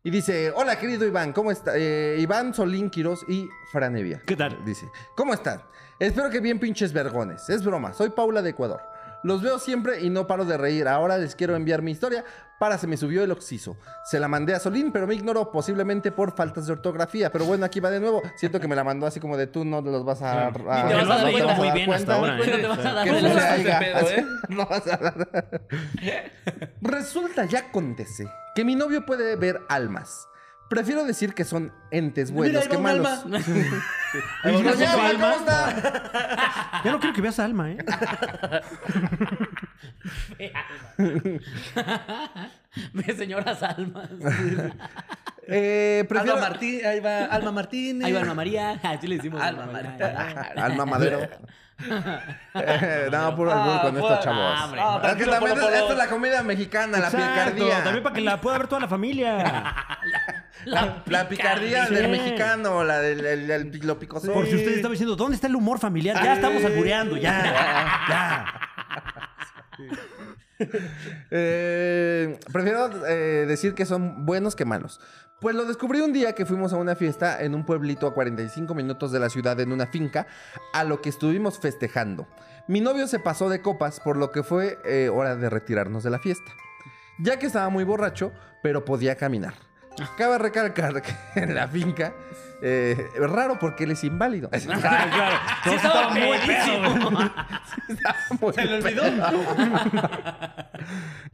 B: Y dice, hola querido Iván, ¿cómo está? Eh, Iván Solín Quirós y Franevia.
D: ¿Qué tal?
B: Dice, ¿cómo están? Espero que bien pinches vergones. Es broma, soy Paula de Ecuador. Los veo siempre y no paro de reír. Ahora les quiero enviar mi historia para se me subió el oxiso. Se la mandé a Solín, pero me ignoró posiblemente por faltas de ortografía. Pero bueno, aquí va de nuevo. Siento que me la mandó así como de tú no los vas
D: Ah,
B: a... a-
C: Ni te vas a
B: Ah, no
C: dar
B: te
C: cuenta
B: vas
C: muy
B: dar
D: bien hasta
B: cuenta.
D: ahora,
C: Bueno, te vas a dar
B: Que
C: cuenta.
B: no
E: ¿Cómo
B: le
E: sabes
B: haya-
E: este pedo, eh?
B: No vas a dar. Resulta y acontece que mi novio puede ver almas. Prefiero decir que son entes buenos
E: ahí
B: que
E: va un
B: malos.
E: alma.
D: Ahí va
B: Hola,
D: un
B: Alma,
D: alma.
B: ¿cómo está?
D: Ya no quiero que veas a Alma, ¿eh?
C: Ve, señoras almas.
B: Eh, prefiero...
E: Alma Martí, ahí va Alma Martínez.
C: Ahí va Alma María. Así le decimos.
E: Alma
B: Ah, Alma Madero. Eh, no, puro albur
E: Ah,
B: con
E: fuera.
C: Ah,
B: estos chavos.
C: hombre.
B: es que
E: tranquilo,
B: también
E: Polo, Polo.
B: esta es la comida mexicana, la picardía.
D: También para que la pueda ver toda la familia.
B: La, la picardía
D: picardía.
B: del mexicano, la del el- el- lo picosón.
D: Por si usted estaba diciendo, ¿dónde está el humor familiar? Ya estamos albureando, ya. Ya.
B: Eh, prefiero eh, decir que son buenos que malos. Pues lo descubrí un día que fuimos a una fiesta en un pueblito a 45 minutos de la ciudad en una finca, a lo que estuvimos festejando. Mi novio se pasó de copas, por lo que fue eh, hora de retirarnos de la fiesta. Ya que estaba muy borracho, pero podía caminar. Cabe recalcar que en la finca, eh, raro porque él es inválido.
D: Claro, claro.
C: Sí, estaba muy
D: pedo.
C: pedísimo.
E: ¿Se le olvidó?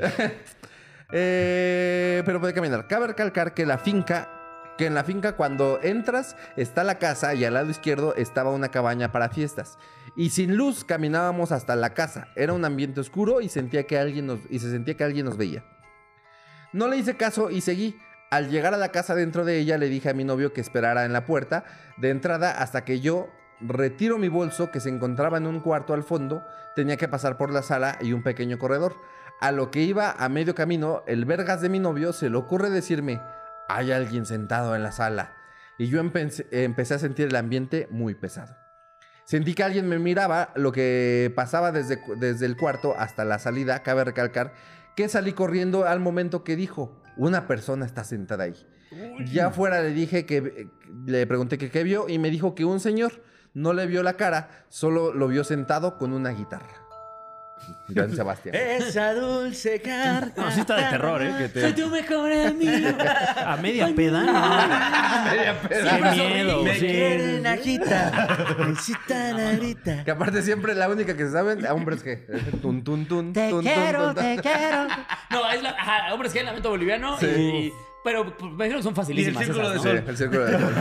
B: Eh, pero puede caminar. Cabe recalcar que la finca, que en la finca cuando entras está la casa y al lado izquierdo estaba una cabaña para fiestas. y sin luz caminábamos hasta la casa. Era un ambiente oscuro y sentía que alguien nos y se sentía que alguien nos veía. No le hice caso y seguí. Al llegar a la casa dentro de ella le dije a mi novio que esperara en la puerta de entrada hasta que yo retiro mi bolso que se encontraba en un cuarto al fondo. Tenía que pasar por la sala y un pequeño corredor. A lo que iba a medio camino, el vergas de mi novio se le ocurre decirme, hay alguien sentado en la sala. Y yo empecé, empecé a sentir el ambiente muy pesado. Sentí que alguien me miraba, lo que pasaba desde, desde el cuarto hasta la salida. Cabe recalcar que salí corriendo al momento que dijo, una persona está sentada ahí. Ya fuera le dije que, le pregunté que qué vio y me dijo que un señor no le vio la cara, solo lo vio sentado con una guitarra. Joan Sebastián.
E: Esa dulce carta.
D: No, sí está de terror, ¿eh? Que
C: Soy
D: te...
C: tu mejor amigo.
D: A media peda. Qué miedo.
E: Me
D: sí.
E: quieren agita. Me citan ahorita.
B: Que aparte siempre la única que se saben, a hombres que... eh, Tun, tun, tun, tun, tun, tun, tun.
G: quiero.
C: No, es la. Ajá, hombre, es que el lamento boliviano.
B: Sí.
C: Y, pero p- me imagino que son facilísimas.
E: Y el círculo
C: esas,
E: de
C: ¿no?
E: sol.
B: Sí, el círculo del sol.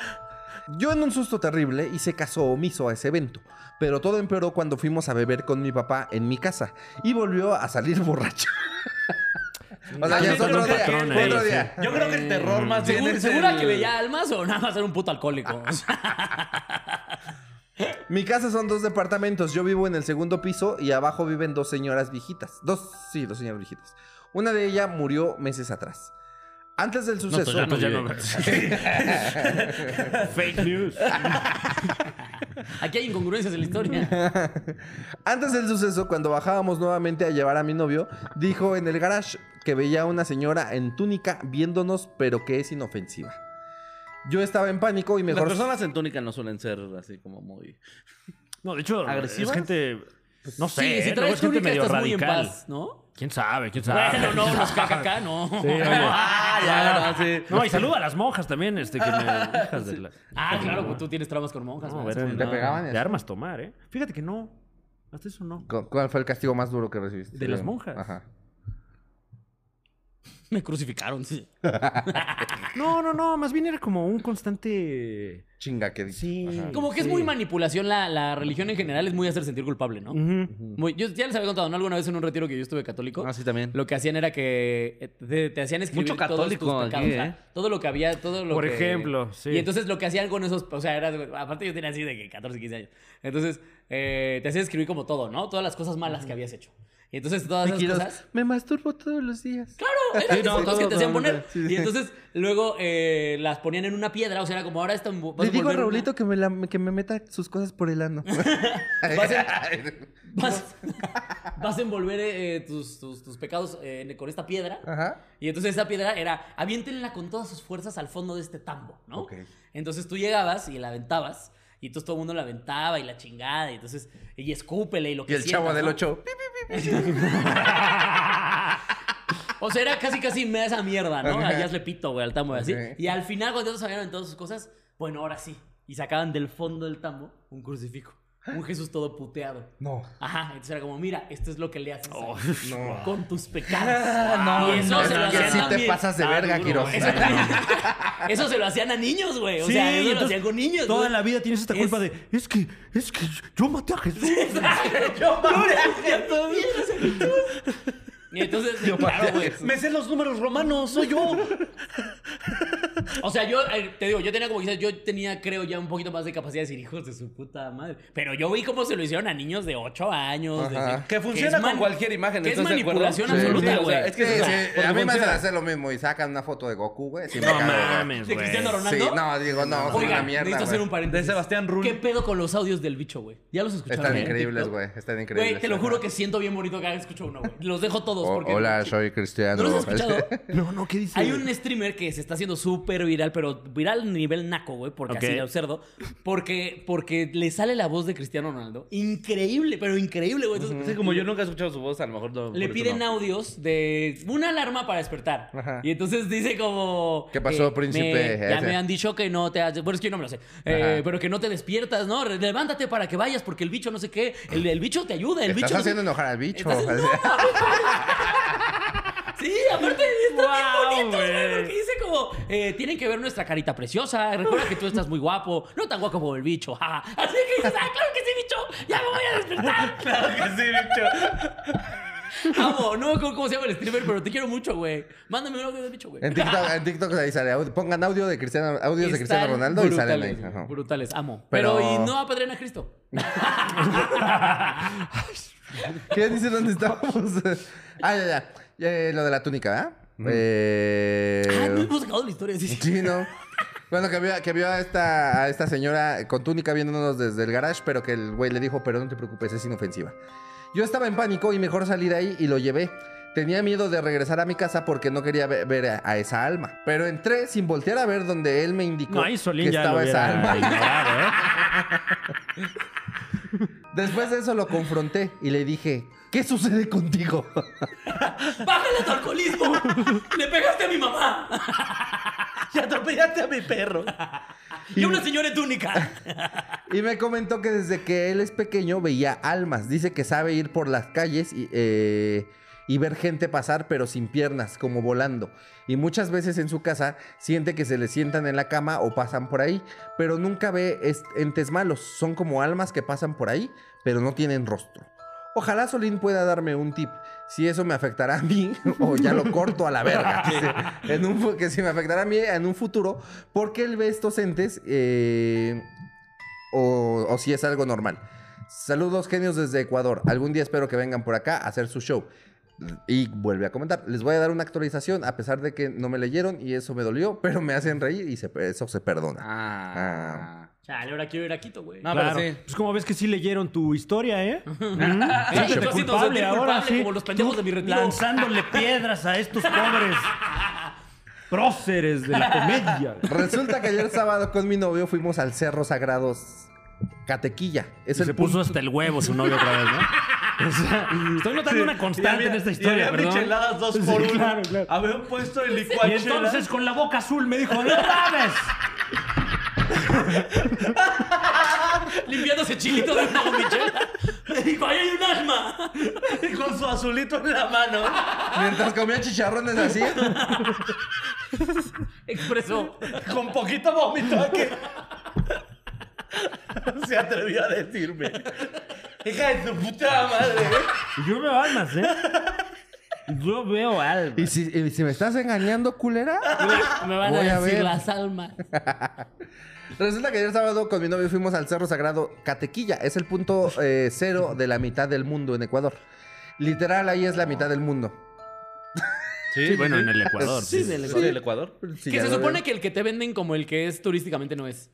B: Yo en un susto terrible hice caso omiso a ese evento, pero todo empeoró cuando fuimos a beber con mi papá en mi casa y volvió a salir borracho. o sea, ya es
E: Yo
B: otro
E: creo que-
B: día.
D: patrón
B: fue otro
D: ahí,
B: día.
E: Yo creo que el terror más bien
C: ¿Seguro,
E: es
C: ¿Segura
E: el-
C: que veía almas o nada más era un puto alcohólico? O sea,
B: Mi casa son dos departamentos. Yo vivo en el segundo piso y abajo viven dos señoras viejitas. Dos, sí, dos señoras viejitas. Una de ellas murió meses atrás. Antes del
D: No, pues
B: suceso.
D: ya no, ya no. Fake news.
C: aquí hay incongruencias en la historia.
B: Antes del suceso, cuando bajábamos nuevamente a llevar a mi novio, dijo en el garage que veía a una señora en túnica viéndonos, pero que es inofensiva. Yo estaba en pánico y
E: Las
B: mejor.
E: personas en túnica no suelen ser así como muy.
D: No, de hecho,
E: ¿Agresivas?
D: es gente. No
C: Pues
D: sé,
C: sí,
D: ¿eh?
C: si
D: Luego
C: traes
D: es gente
C: túnica
D: medio
C: estás muy en
D: radical.
C: paz, ¿no?
D: ¿Quién sabe? ¿Quién sabe?
C: Bueno, no, los KKK no.
D: oye.
C: ah, ya,
E: Ah, sí.
D: No, y saluda a las monjas también, este, que me... hijas de la-
C: Ah, claro, pues tú tienes traumas con monjas. pues.
D: No,
C: man.
D: eran-
B: ¿Te pegaban?
D: De armas tomar, ¿eh? Fíjate que no. Hasta eso no.
B: ¿Cu- ¿Cuál fue el castigo más duro que recibiste?
D: De las monjas.
B: Ajá.
C: Me crucificaron, sí.
D: No, no, no. Más bien era como un constante...
B: Chinga que dice.
D: Sí. Mm.
C: Como que es muy manipulación la, la religión en general, es muy hacer sentir culpable, ¿no? Muy- yo ya les había contado, ¿no? Alguna vez en un retiro que yo estuve católico.
E: Ah, sí, también.
C: Lo que hacían era que eh, te, te hacían escribir
E: Mucho
C: todos tus
E: católico
C: pecados,
E: aquí,
C: o sea,
E: ¿eh?
C: todo lo que había, todo lo
D: Por
C: que-
D: ejemplo, sí.
C: Y entonces lo que hacían con esos, o sea, era, aparte yo tenía así de que 14, 15 años. Entonces, eh, te hacían escribir como todo, ¿no? Todas las cosas malas que habías hecho. Y entonces todas esas
B: Tranquilos,
C: cosas...
B: me masturbo todos los días.
C: Claro, eran las
B: no,
C: fotos que te
B: todo,
C: hacían
B: todo,
C: poner.
B: sí, sí.
C: Y entonces luego eh, las ponían en una piedra, o sea, era como ahora esto... vas
B: Le digo a
C: volver una-
B: Raulito que me, la- que me meta sus cosas por el ano.
C: Vas a, vas, vas a envolver eh, tus, tus- tus pecados eh, con esta piedra.
B: Ajá.
C: Y entonces esa piedra era, aviéntenla con todas sus fuerzas al fondo de este tambo, ¿no?
B: Ok.
C: Entonces tú llegabas y la aventabas, y entonces todo el mundo la aventaba y la chingada, y entonces, y escúpele y lo que
B: Y el
C: sientas,
B: chavo del
C: ¿no?
B: 8.
C: O sea, era casi casi me da esa mierda, ¿no? Allá le pito, güey, al tambo y así.
B: Ok.
C: Y al final, cuando todos habían aventado sus cosas, bueno, ahora sí. Y sacaban del fondo del tambo un crucifijo, un Jesús todo puteado.
B: No.
C: Ajá, entonces era como, mira, esto es lo que le haces
B: No.
C: con tus pecados. y eso
B: no,
C: se lo
B: es que
C: hacían
B: sí te
C: también. Ah,
B: pasas de verga,
C: duro, güey.
B: Quiroz.
C: Eso, eso se lo hacían a niños, güey. O sea, eso lo hacían con niños.
D: Toda
C: güey.
D: la vida tienes esta
C: Es-
D: culpa de... Es que... Es que yo maté a Jesús.
C: Yo maté a Jesús. Y entonces, claro, güey.
E: Me sé los números romanos, soy yo.
C: O sea, yo eh, te digo, yo tenía como quizás, yo tenía, creo, ya un poquito más de capacidad de decir, hijos de su puta madre. Pero yo vi cómo se lo hicieron a niños de 8 años. de-
B: Ajá.
E: Que
C: es
E: funciona
C: man-
E: con cualquier imagen.
C: Que es
E: ¿estás de acuerdo?
C: manipulación
E: Sí,
C: absoluta,
E: sí, o
C: güey.
E: sea, es que
B: Sí,
E: sí,
B: sí,
E: porque
B: a mí me hacen
E: funciona.
B: hacer lo mismo y sacan una foto de Goku, güey. Sí, me
D: No
B: cago, güey.
D: mames,
C: de
D: güey.
C: Cristiano
B: Sí,
C: Ronaldo.
B: no, digo, no, son
C: Oigan,
B: una mierda.
C: necesito
B: güey.
C: hacer un paréntesis.
E: De Sebastián Rul.
C: ¿Qué pedo con los audios del bicho, güey? Ya los escucharon.
B: Están
C: en
B: increíbles,
C: TikTok?
B: güey. Están increíbles.
C: Güey, te lo juro que siento bien bonito cada vez que escucho uno, güey. Los dejo todos
B: O-
C: porque.
B: Hola, soy Cristiano.
C: ¿No los has escuchado?
D: No, no, ¿qué dice?
C: Hay un streamer que se está haciendo súper viral, pero viral a nivel naco, güey, porque
D: Ok.
C: así lo cerdo. Porque, porque le sale la voz de Cristiano Ronaldo. Increíble, pero increíble, güey. Entonces,
E: Sí, como yo nunca he escuchado su voz, a lo mejor no.
C: Le
E: por eso
C: piden
E: no.
C: audios de una alarma para despertar.
B: Ajá.
C: Y entonces dice como...
B: ¿Qué pasó,
C: eh,
B: príncipe?
C: me- ya
B: Ese.
C: me han dicho que no te has... Bueno, es que yo no me lo sé. Eh, pero que no te despiertas, ¿no? Re- Levántate para que vayas porque el bicho no sé qué. El, el bicho te ayuda, el
B: Estás
C: bicho... no sé-
B: haciendo enojar al bicho.
C: Estás haciendo- Sí, aparte está bien
D: Guau,
C: bonito, güey,
D: güey.
C: porque dice como como, eh, tienen que ver nuestra carita preciosa. Recuerda que tú estás muy guapo. No tan guapo como el bicho. ja. Así que dices, ah, claro que sí, bicho. Ya me voy a despertar.
E: Claro que sí, bicho.
C: Amo, no me acuerdo cómo se llama el streamer, pero te quiero mucho, güey. Mándame un audio del bicho, güey.
B: En TikTok, en TikTok ahí sale. audio- Pongan audio de Cristiano, audios de Cristiano
C: Están
B: Ronaldo y salen ahí.
C: brutales,
B: Ajá.
C: Brutales, amo. Pero,
B: Pero-
C: y no apadrina a Cristo.
B: ¿Qué dice dónde estamos? ah, ya, ya. Eh, lo de la túnica, ¿verdad? Eh,
C: Mm. Ah, no hemos sacado la historia, sí, sí.
B: Sí, ¿no? Bueno, que vio, que vio a, esta, a esta señora con túnica viéndonos desde el garage, pero que el güey le dijo, pero no te preocupes, es inofensiva. Yo estaba en pánico y mejor salí de ahí y lo llevé. Tenía miedo de regresar a mi casa porque no quería ve- ver a, a esa alma. Pero entré sin voltear a ver donde él me indicó
D: No, ahí Solín
B: que
D: ya lo
B: estaba esa
D: hubiera
B: alma.
D: ignorado, ¿eh?
B: Después de eso lo confronté y le dije, ¿qué sucede contigo?
C: ¡Bájale a tu alcoholismo! ¡Le pegaste a mi mamá!
E: Y atropellaste a mi perro.
C: Y a una señora en túnica.
B: Y me comentó que desde que él es pequeño veía almas. Dice que sabe ir por las calles y, eh, y ver gente pasar, pero sin piernas, como volando. Y muchas veces en su casa siente que se le sientan en la cama o pasan por ahí, pero nunca ve est- entes malos. Son como almas que pasan por ahí, pero no tienen rostro. Ojalá Solín pueda darme un tip. Si eso me afectará a mí, o ya lo corto a la verga. dice. En un fu- que si me afectará a mí en un futuro, porque él ve estos entes. eh, o, o si es algo normal. Saludos genios desde Ecuador. Algún día espero que vengan por acá a hacer su show. Y vuelve a comentar, les voy a dar una actualización a pesar de que no me leyeron y eso me dolió, pero me hacen reír y se- eso se perdona.
E: Ah.
C: Chale, ahora quiero ir a Quito, güey.
E: No,
D: Claro.
E: pero sí.
D: Pues como ves que sí leyeron tu historia, ¿eh?
C: Sí,
D: Siéntete
C: yo siento sentir culpable como los pendejos
D: Tú
C: de mi retiro.
D: Lanzándole piedras a estos pobres próceres de la comedia.
B: Resulta que ayer sábado con mi novio fuimos al Cerro Sagrados Catequilla. Es
D: Y
B: el
D: se
B: punto-
D: puso hasta el huevo su novio otra vez, ¿no? O sea, estoy notando una constante en esta historia,
E: había
D: perdón.
E: micheladas dos
D: Sí,
E: por uno.
D: claro, claro.
E: Habían puesto el
D: Y
E: licuachelas.
D: entonces con la boca azul me dijo, ¡no mames!
C: Limpiándose chilito de una bombichela. Me dijo, ¡ay, hay un alma!
E: Y con su azulito en la mano.
B: Mientras comía chicharrones así,
C: Expresó.
E: Con poquito vómito aquí. Se atrevió a decirme. Hija de tu puta madre.
D: Y yo veo almas, ¿eh? Yo veo almas.
B: y si, y si me estás engañando, culera.
C: Me van
B: Voy
C: a
B: a
C: decir
B: ver.
C: las almas.
B: Resulta que ayer sábado con mi novio fuimos al Cerro Sagrado Catequilla. Es el punto eh, cero de la mitad del mundo en Ecuador. Literal, ahí es la mitad del mundo.
D: Sí, bueno, en el Ecuador.
E: Sí, del Ecuador. ¿Del Ecuador?
B: Sí,
C: que
B: ya
C: se
B: lo
C: supone
B: veo.
C: que el que te venden como el que es turísticamente no es.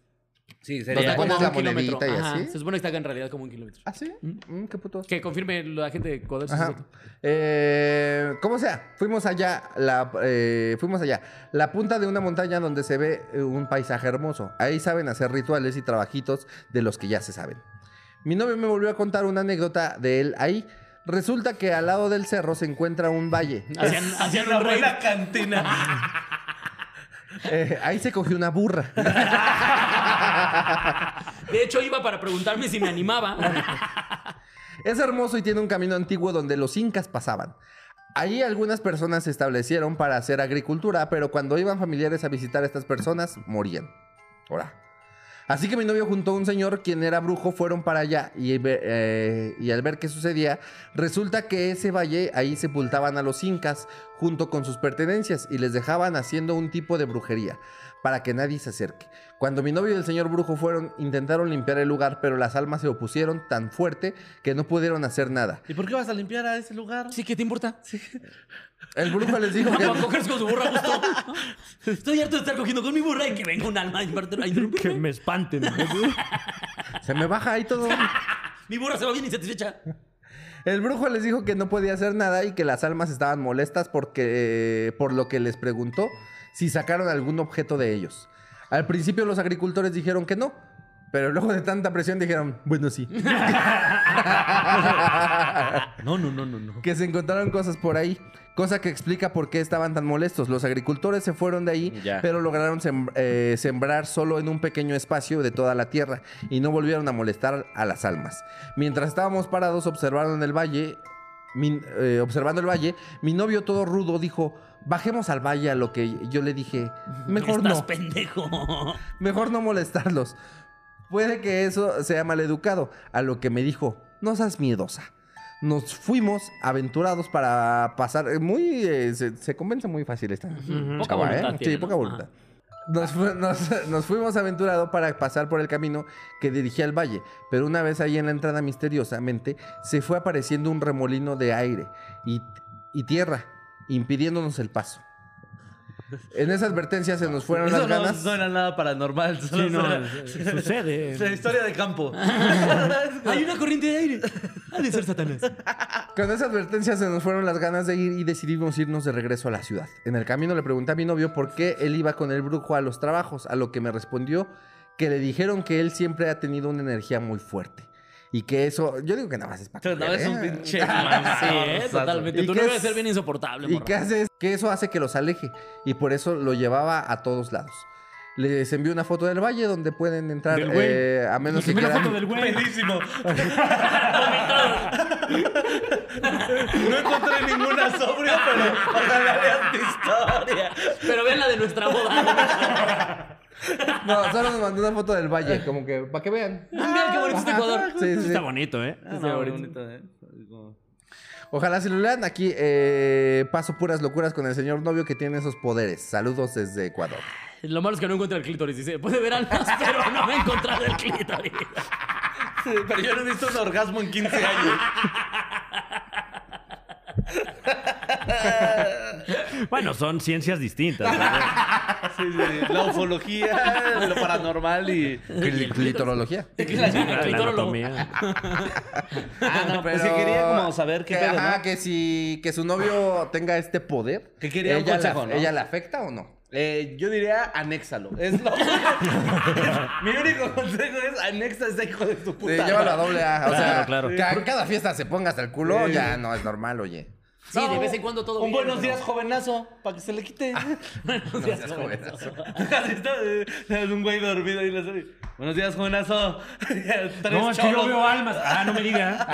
E: Sí,
C: O sea,
B: Donde
C: como
B: pones
C: a
B: la
C: un kilómetro.
B: monedita y
C: Ajá,
B: así.
C: Se supone que está acá en realidad como un kilómetro.
B: ¿Ah, sí? Mm, qué puto.
C: Que confirme la gente de Ecuador. si es
B: Ajá.
C: cierto.
B: Eh, como sea, fuimos allá, la, eh, fuimos allá, la punta de una montaña donde se ve eh, un paisaje hermoso. Ahí saben hacer rituales y trabajitos de los que ya se saben. Mi novio me volvió a contar una anécdota de él ahí. Resulta que al lado del cerro se encuentra un valle.
C: Hacían, hacían
E: una
C: un raid.
E: buena cantina.
B: Eh, ahí se cogió una burra.
C: De hecho, iba para preguntarme si me animaba.
B: Es hermoso y tiene un camino antiguo donde los incas pasaban. Allí algunas personas se establecieron para hacer agricultura, pero cuando iban familiares a visitar a estas personas, morían. Ahora. Así que mi novio juntó a un señor quien era brujo, fueron para allá y, ve- eh, y al ver qué sucedía, resulta que ese valle ahí sepultaban a los incas junto con sus pertenencias y les dejaban haciendo un tipo de brujería para que nadie se acerque. Cuando mi novio y el señor brujo fueron, intentaron limpiar el lugar, pero las almas se opusieron tan fuerte que no pudieron hacer nada.
E: ¿Y por qué vas a limpiar a ese lugar?
C: Sí, ¿qué te importa?
B: El brujo les dijo que...
C: Para cogerse con su burra a gusto. Estoy harto de estar cogiendo con mi burra y que venga un alma a invertir- a
D: Que
C: interrumpirme.
D: me espanten.
B: Se me baja ahí todo.
C: Mi burra se va bien insatisfecha.
B: El brujo les dijo que no podía hacer nada y que las almas estaban molestas porque eh, por lo que les preguntó si sacaron algún objeto de ellos. Al principio los agricultores dijeron que no, pero luego de tanta presión dijeron, bueno, sí.
D: No, no, no, no, no.
B: que se encontraron cosas por ahí. Cosa que explica por qué estaban tan molestos. Los agricultores se fueron de ahí,
E: Ya.
B: pero lograron sem- eh, sembrar solo en un pequeño espacio de toda la tierra y no volvieron a molestar a las almas. Mientras estábamos parados, observaron el valle mi- eh, observando el valle, mi novio todo rudo dijo, bajemos al valle a lo que yo le dije, mejor
G: Estás
B: no,
G: pendejo.
B: mejor no molestarlos. Puede que eso sea maleducado, a lo que me dijo, no seas miedosa. Nos fuimos aventurados para pasar, eh, muy, eh, se, se convence muy fácil esta
C: Poca
B: chava, ¿eh?
C: voluntad tiene,
B: Sí,
C: ¿no?
B: poca
C: Ajá.
B: voluntad. Nos, fu- nos- nos fuimos aventurados para pasar por el camino que dirigía al valle, pero una vez ahí en la entrada misteriosamente se fue apareciendo un remolino de aire y, y tierra, impidiéndonos el paso. En esa advertencia se nos fueron
E: Eso
B: las
E: no,
B: ganas.
E: no era nada paranormal. solo
D: Sí, no,
E: era-
D: eh, sucede.
E: es la historia de campo.
C: Hay una corriente de aire. Ha de ser Satanás.
B: Con esa advertencia se nos fueron las ganas de ir y decidimos irnos de regreso a la ciudad. En el camino le pregunté a mi novio por qué él iba con el brujo a los trabajos, a lo que me respondió que le dijeron que él siempre ha tenido una energía muy fuerte. Y que eso, yo digo que nada más es para ¿eh?
E: No, es un
C: Sí,
E: pinche.
C: ¿eh? totalmente.
B: ¿Y
C: Tu
B: qué
C: novio debe
B: es-
C: ser bien insoportable,
B: ¿Y
C: morro.
B: qué hace? es Que eso hace que los aleje. Y por eso lo llevaba a todos lados. Les envío una foto del valle donde pueden entrar
D: Del güey.
B: eh, a menos que
D: Mira
B: quieran.
D: foto del güey.
E: Buenísimo. no encontré ninguna sobria, pero ojalá veas tu historia.
C: Pero vean la de nuestra boda.
B: No, solo nos mandó una foto del valle, como que para que vean.
C: Vean qué bonito este Ecuador.
B: Sí, sí, sí.
D: Está bonito, ¿eh?
E: Está bonito, ¿eh? Como-
B: Ojalá se lo lean. Aquí eh, paso puras locuras con el señor novio que tiene esos poderes. Saludos desde Ecuador.
C: Lo malo es que no encuentra el clítoris. Dice, puede ver almas, pero no me ha encontrado el clítoris.
E: Sí, Pero yo no he visto un orgasmo en 15 años.
D: Bueno, son ciencias distintas. ¿verdad?
E: Sí, sí, La ufología, lo paranormal y.
B: Clitorología.
D: La
C: Clitólogo.
D: anatomía.
E: Ah, no, pero. sí quería como saber qué
B: que,
E: pedo,
B: ajá,
E: ¿no?
B: que si que su novio tenga este poder,
E: Que quería un
B: ella,
E: consejo,
B: la,
E: ¿no?
B: ¿ella la afecta o no?
E: Eh, yo diría anéxalo. Es lo- Mi único consejo es anexa a este hijo de tu
B: Sí,
E: puta.
B: llévalo a
E: madre.
B: doble A. O sea,
D: Claro, claro.
B: que a cada fiesta se ponga hasta el culo, ya no es normal, oye.
C: Sí, de
E: No,
C: vez en cuando todo
E: Un
C: bien,
E: buenos
C: ¿no?
E: días, jovenazo, para que se le quite.
B: Ah. No
C: seas
B: seas
C: jovenazo.
B: jovenazo.
E: Así está, eh, un güey dormido ahí en la serie. Buenos días, jovenazo. Tres
D: No, es que yo
E: cholos.
D: veo almas. Ah, no me diga.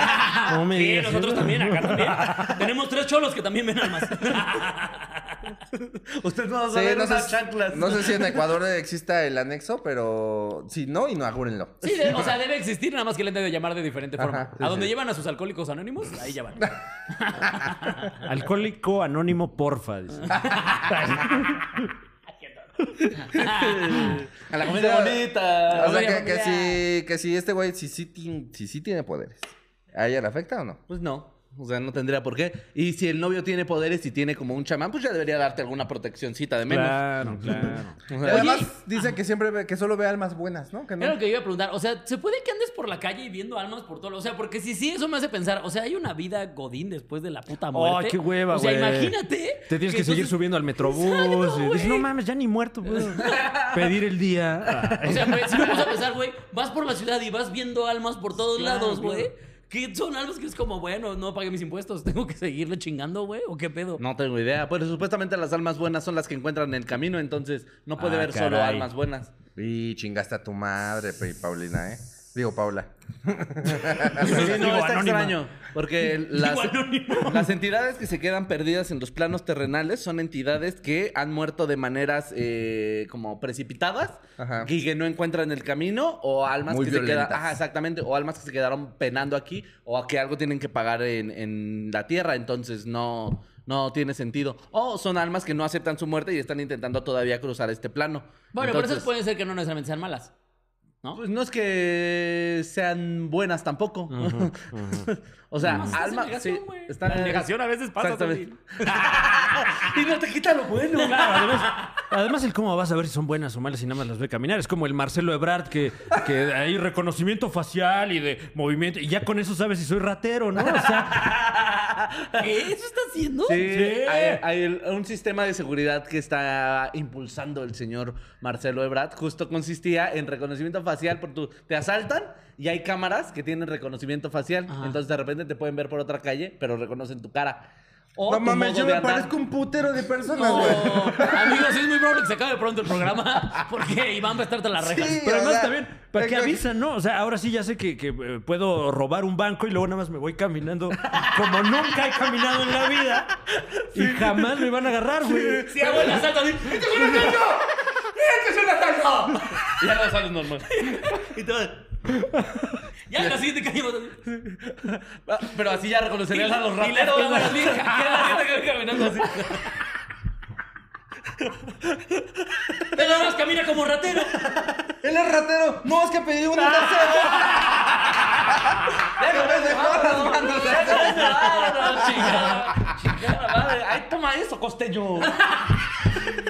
D: No me
C: Sí,
D: diga.
C: nosotros también, acá también. Tenemos tres cholos que también ven almas.
E: Usted no va a
B: Sí,
E: saber
B: no,
E: unas
B: sé,
E: chanclas.
B: no sé si en Ecuador exista el anexo, pero si no, inaugúrenlo.
C: Sí, de- o sea, debe existir, nada más que le han de llamar de diferente forma.
B: Ajá, sí,
C: a donde
B: sí.
C: llevan a sus alcohólicos anónimos, ahí ya van.
D: Alcohólico anónimo, porfa. dice.
B: A la
E: Comida
B: Ah,
E: bonita.
B: O sea,
C: Oye,
B: que, que
C: mira.
B: si, que si este güey, si sí ti- si sí tiene poderes, ¿a ella le afecta o no?
E: Pues no. O sea, no tendría por qué. Y si el novio tiene poderes y tiene como un chamán, pues ya debería darte alguna proteccioncita de menos.
D: Claro, claro.
B: Y además, dice que siempre ve- que solo ve almas buenas, ¿no? Que no.
C: Era lo que iba a preguntar. O sea, ¿se puede que andes por la calle y viendo almas por todo? lo- O sea, porque si sí, eso me hace pensar. O sea, hay una vida godín después de la puta muerte.
D: Ay, qué hueva,
C: O sea,
D: güey.
C: imagínate.
D: Te tienes que, seguir
C: entonces-
D: subiendo al metrobús.
C: Exacto,
D: y dices,
C: güey.
D: no mames, ya ni muerto puedo pedir el día.
C: O sea, güey, si vamos a pensar, güey, vas por la ciudad y vas viendo almas por todos lados, güey. Que son almas que es como, bueno, no pagué mis impuestos, tengo que seguirle chingando, güey, o qué pedo.
E: No tengo idea. Pero supuestamente las almas buenas son las que encuentran el camino, entonces no puede
D: Ah,
E: haber solo
D: caray.
E: almas buenas.
B: Y chingaste a tu madre, pe- Paulina, ¿eh? Digo, Paula.
E: Sí, no,
D: Digo,
E: está
D: anónima.
E: extraño. Porque las, las entidades que se quedan perdidas en los planos terrenales son entidades que han muerto de maneras eh, como precipitadas
B: Ajá.
E: y que no encuentran el camino o almas
B: Muy
E: que se
B: violentas.
E: quedan. Ajá, exactamente. O almas que se quedaron penando aquí o a que algo tienen que pagar en, en la tierra. Entonces no. No tiene sentido. O son almas que no aceptan su muerte y están intentando todavía cruzar este plano.
C: Bueno, pero
E: Entonces,
C: esas pueden ser que no necesariamente sean malas.
E: pues no es que sean buenas tampoco. o sea,
C: No, estás en
E: alma.
C: negación,
E: sí,
C: güey.
E: está-
C: La negación a veces pasa,
E: Exactamente. y no te quita lo bueno.
D: Claro, además, además el cómo vas a ver si son buenas o malas y nada más las ve caminar. Es como el Marcelo Ebrard que, que hay reconocimiento facial y de movimiento. Y ya con eso sabes si soy ratero, ¿no? O sea,
C: ¿Qué? ¿Eso está haciendo?
E: Sí, hay, hay el- un sistema de seguridad que está impulsando el señor Marcelo Ebrard. Justo consistía en reconocimiento facial por tu... Te asaltan y hay cámaras que tienen reconocimiento facial.
C: Ajá.
E: Entonces de repente te pueden ver por otra calle, pero reconocen tu cara.
C: o
B: no
C: tu
B: mames,
C: modo
B: yo
C: de
B: me
C: andar.
B: parezco un putero de personas,
C: No,
B: güey.
C: amigos, es muy probable que se acabe pronto el programa porque Iván va a estar tras las rejas.
B: Sí,
D: Pero
B: o
D: además
B: sea,
D: también, ¿para qué
B: tengo-
D: avisan, no? O sea, ahora sí ya sé que, que, eh, puedo robar un banco y luego nada más me voy caminando como nunca he caminado en la vida y jamás me van a agarrar, güey.
C: Si hago el asalto, así, ¡este es un asalto! ¡Este es un asalto!
E: Ya no sales normal.
C: Y todo. Ya en la siguiente caímos. así.
E: Ah, Pero así ya reconocerías a los
C: Y las
E: rateros.
C: cámaras bien hackeadas, y te caminando así. Pero nada más camina como ratero.
B: Él es ratero. No, es que pedí una tercera. me dejó las manos.
E: Ah, chingada, chingada madre. Ay, toma eso, costeño.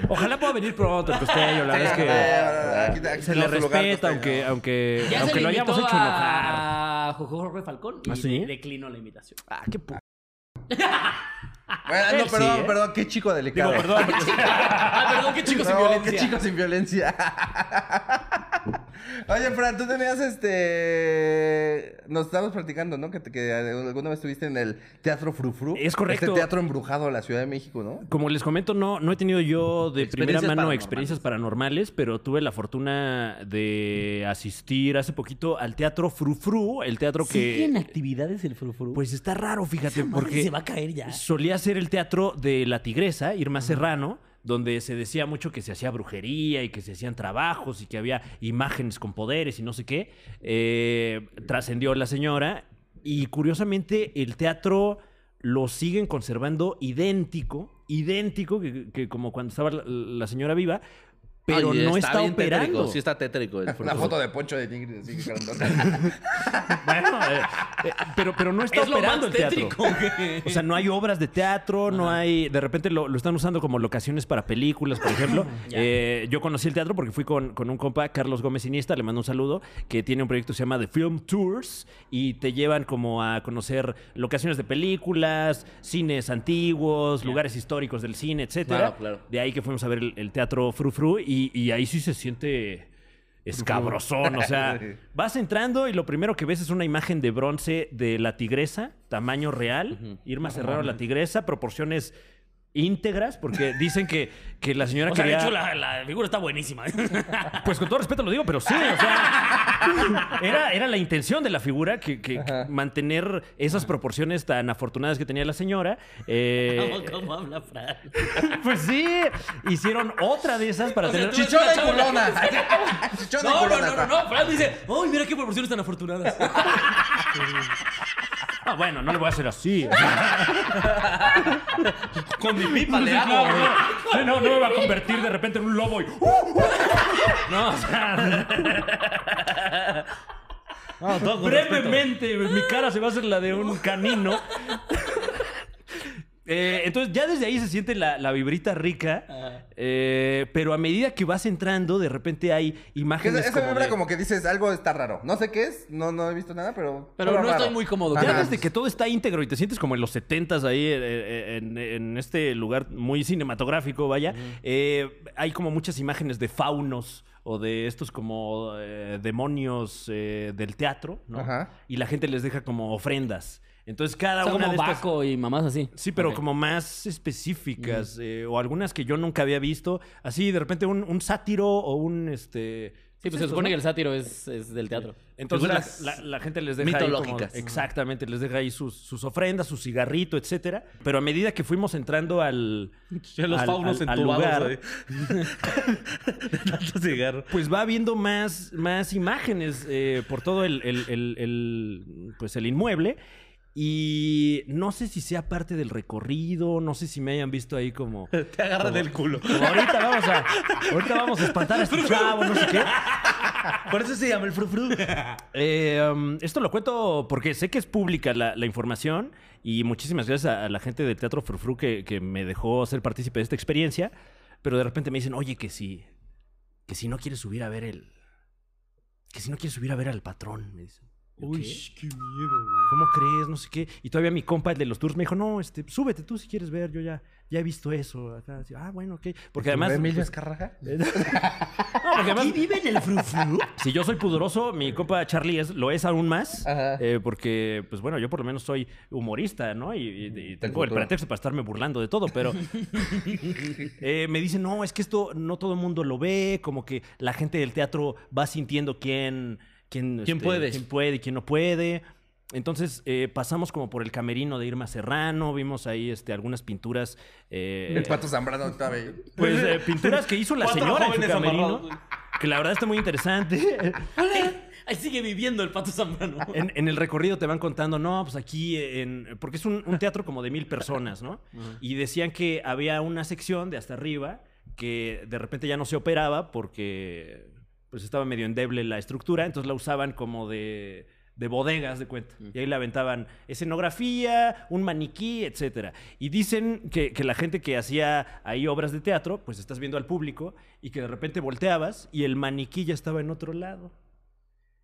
D: Ojalá pueda venir pronto, costeño. La verdad es que se le respeta,
B: pues,
D: aunque, aunque,
C: Ya se
D: aunque
C: le
D: lo hayamos
C: invitó
D: hecho enojar.
C: a Jorge Falcón y
D: ¿Ah, sí?
C: de- declinó la invitación.
D: Ah, qué puto.
B: Bueno,
D: Él
B: no,
D: sí,
B: perdón,
D: ¿eh?
B: perdón. Qué chico delicado.
D: Perdón,
C: Ah, perdón, qué chicos sin
B: No,
C: violencia.
B: qué chico sin violencia. Oye, Fran, tú tenías este. Nos estábamos platicando, ¿no? Que, te- que alguna vez estuviste en el Teatro Frufru.
D: Es correcto.
B: Este teatro embrujado de la Ciudad de México, ¿no?
D: Como les comento, no, no he tenido yo de primera
E: Experiencias
D: mano
E: paranormales.
D: experiencias paranormales, pero tuve la fortuna de asistir hace poquito al Teatro Frufru, el teatro que...
C: ¿Siguen actividades el frufru?
D: Pues está raro, fíjate,
C: Madre,
D: porque
C: se va a caer ya.
D: solía ser el teatro de La Tigresa, Irma Serrano, donde se decía mucho que se hacía brujería y que se hacían trabajos y que había imágenes con poderes y no sé qué. Eh, trascendió la señora y curiosamente el teatro lo siguen conservando idéntico, idéntico que, que como cuando estaba la, la señora viva, pero
E: Oye,
D: no está,
E: bien tétrico,
D: operando.
E: Sí está tétrico. el
B: Una
E: Fruto.
B: foto de Poncho de Tigre, así que grandota.
D: Bueno, eh, eh, pero, pero no está
C: Es lo
D: operando
C: más
D: el teatro.
C: tétrico que-
D: O sea, no hay obras de teatro, no hay. De repente lo, lo están usando como locaciones para películas, por ejemplo. Eh, yo conocí el teatro porque fui con, con un compa, Carlos Gómez Iniesta, le mando un saludo, que tiene un proyecto que se llama The Film Tours y te llevan como a conocer locaciones de películas, cines antiguos, lugares históricos del cine, etcétera.
E: Claro, claro.
D: De ahí que fuimos a ver el, el teatro Fru Fru y, y ahí sí se siente escabrosón. O sea,
B: Sí.
D: vas entrando y lo primero que ves es una imagen de bronce de la tigresa, tamaño real. Irma Serrano, la tigresa, proporciones íntegras, porque dicen que, que la señora
C: O sea, de
D: quería...
C: hecho, la, la figura está buenísima.
D: Pues con todo respeto lo digo, pero sí, o sea, era, era la intención de la figura que, que- que mantener esas proporciones tan afortunadas que tenía la señora. eh,
C: ¿Cómo, cómo habla Fran?
D: pues sí, hicieron otra de esas para
C: O sea,
D: tener...
C: tú ves
B: Chichona
C: una
B: y
C: chava-
B: culona. Chichona
C: No,
B: y
C: no,
B: culona.
C: no, no, no. Fran dice, ¡ay, mira qué proporciones tan afortunadas!
D: Ah, bueno, no le voy a hacer así.
E: Con mi pipa le hago.
D: No,
E: güey.
D: no, no, no me va a convertir de repente en un lobo y... ¡Uh! No, o sea,
E: No, todo con respeto.
D: brevemente pues, mi cara se va a hacer la de un canino. Eh, entonces ya desde ahí se siente la, la vibrita rica, eh, pero a medida que vas entrando, de repente hay
B: Que esa
D: imágenes
B: esa
D: como,
B: vibra
D: de-
B: como que dices, algo está raro. No sé qué es, no, no he visto nada, pero.
C: Pero
B: algo
C: no estoy muy cómodo.
D: Ya
B: Ajá.
D: desde que todo está íntegro y te sientes como en los 70s ahí, eh, eh, en, en este lugar muy cinematográfico, vaya, eh, hay como muchas imágenes de faunos o de estos como eh, demonios eh, del teatro, ¿no?
B: Ajá.
D: Y la gente les deja como ofrendas. Entonces cada
C: Son
D: una
C: como
D: de estas...
C: Baco y mamás así.
D: Sí, pero como más específicas eh, o algunas que yo nunca había visto. Así, de repente un, un sátiro o un, este...
C: Sí, pues se supone que el sátiro es, es del teatro.
D: Entonces
E: Figuras
D: la, la- la gente les deja ahí
E: mitológicas.
D: como- exactamente, les deja ahí sus, sus ofrendas, su cigarrito, etcétera. Pero a medida que fuimos entrando al,
E: Ya los
D: al-
E: faunos
D: al- al
E: entubados
D: lugar,
E: ahí. De tanto cigarro.
D: pues va viendo más, más imágenes eh, por todo el, el- el- el, pues el inmueble. Y no sé si sea parte del recorrido, no sé si me hayan visto ahí como...
E: Te agarran del culo.
D: como ahorita vamos a, ahorita vamos a espantar a este chavo, no sé qué.
E: Por eso se llama el frufru.
D: Eh, um, esto lo cuento porque sé que es pública la, la información y muchísimas gracias a, a la gente del Teatro Frufru que, que me dejó ser partícipe de esta experiencia, pero de repente me dicen, oye, que si, que si no quieres subir a ver el... Que si no quieres subir a ver al patrón, me dicen. Uy, qué miedo, ¿Cómo crees? No sé qué. Y todavía mi compa, el de los tours, me dijo, no, este, súbete tú si quieres ver, yo ya, ya he visto eso. Acá, así, ah, bueno, ok. Porque además.
B: Emilio Escarraja?
D: No, porque además- Si yo soy pudoroso, mi compa Charlie es, lo es aún más.
E: Ajá.
D: eh, porque, pues bueno, yo por lo menos soy humorista, ¿no? Y, y- y tengo el
E: cultura.
D: pretexto para estarme burlando de todo, pero. eh, me dicen, no, es que esto no todo el mundo lo ve, como que la gente del teatro va sintiendo quién. Quién, este,
E: ¿Quién puede?
D: Quién puede y quién no puede. Entonces eh, pasamos como por el camerino de Irma Serrano, vimos ahí este, algunas pinturas. eh,
B: El pato Zambrano estaba ahí.
D: pues eh, pinturas que hizo la
E: Cuatro
D: señora en su
E: jóvenes
D: camerino.
E: amarrados.
D: Que la verdad está muy interesante.
C: Ahí sigue viviendo el pato Zambrano.
D: En, en el recorrido te van contando, no, pues aquí en. Porque es un, un teatro como de mil personas, ¿no? Y decían que había una sección de hasta arriba que de repente ya no se operaba porque pues estaba medio endeble la estructura, entonces la usaban como de. De bodegas de cuenta. Y ahí le aventaban escenografía, un maniquí, etcétera. Y dicen que, que la gente que hacía ahí obras de teatro, pues estás viendo al público y que de repente volteabas y el maniquí ya estaba en otro lado.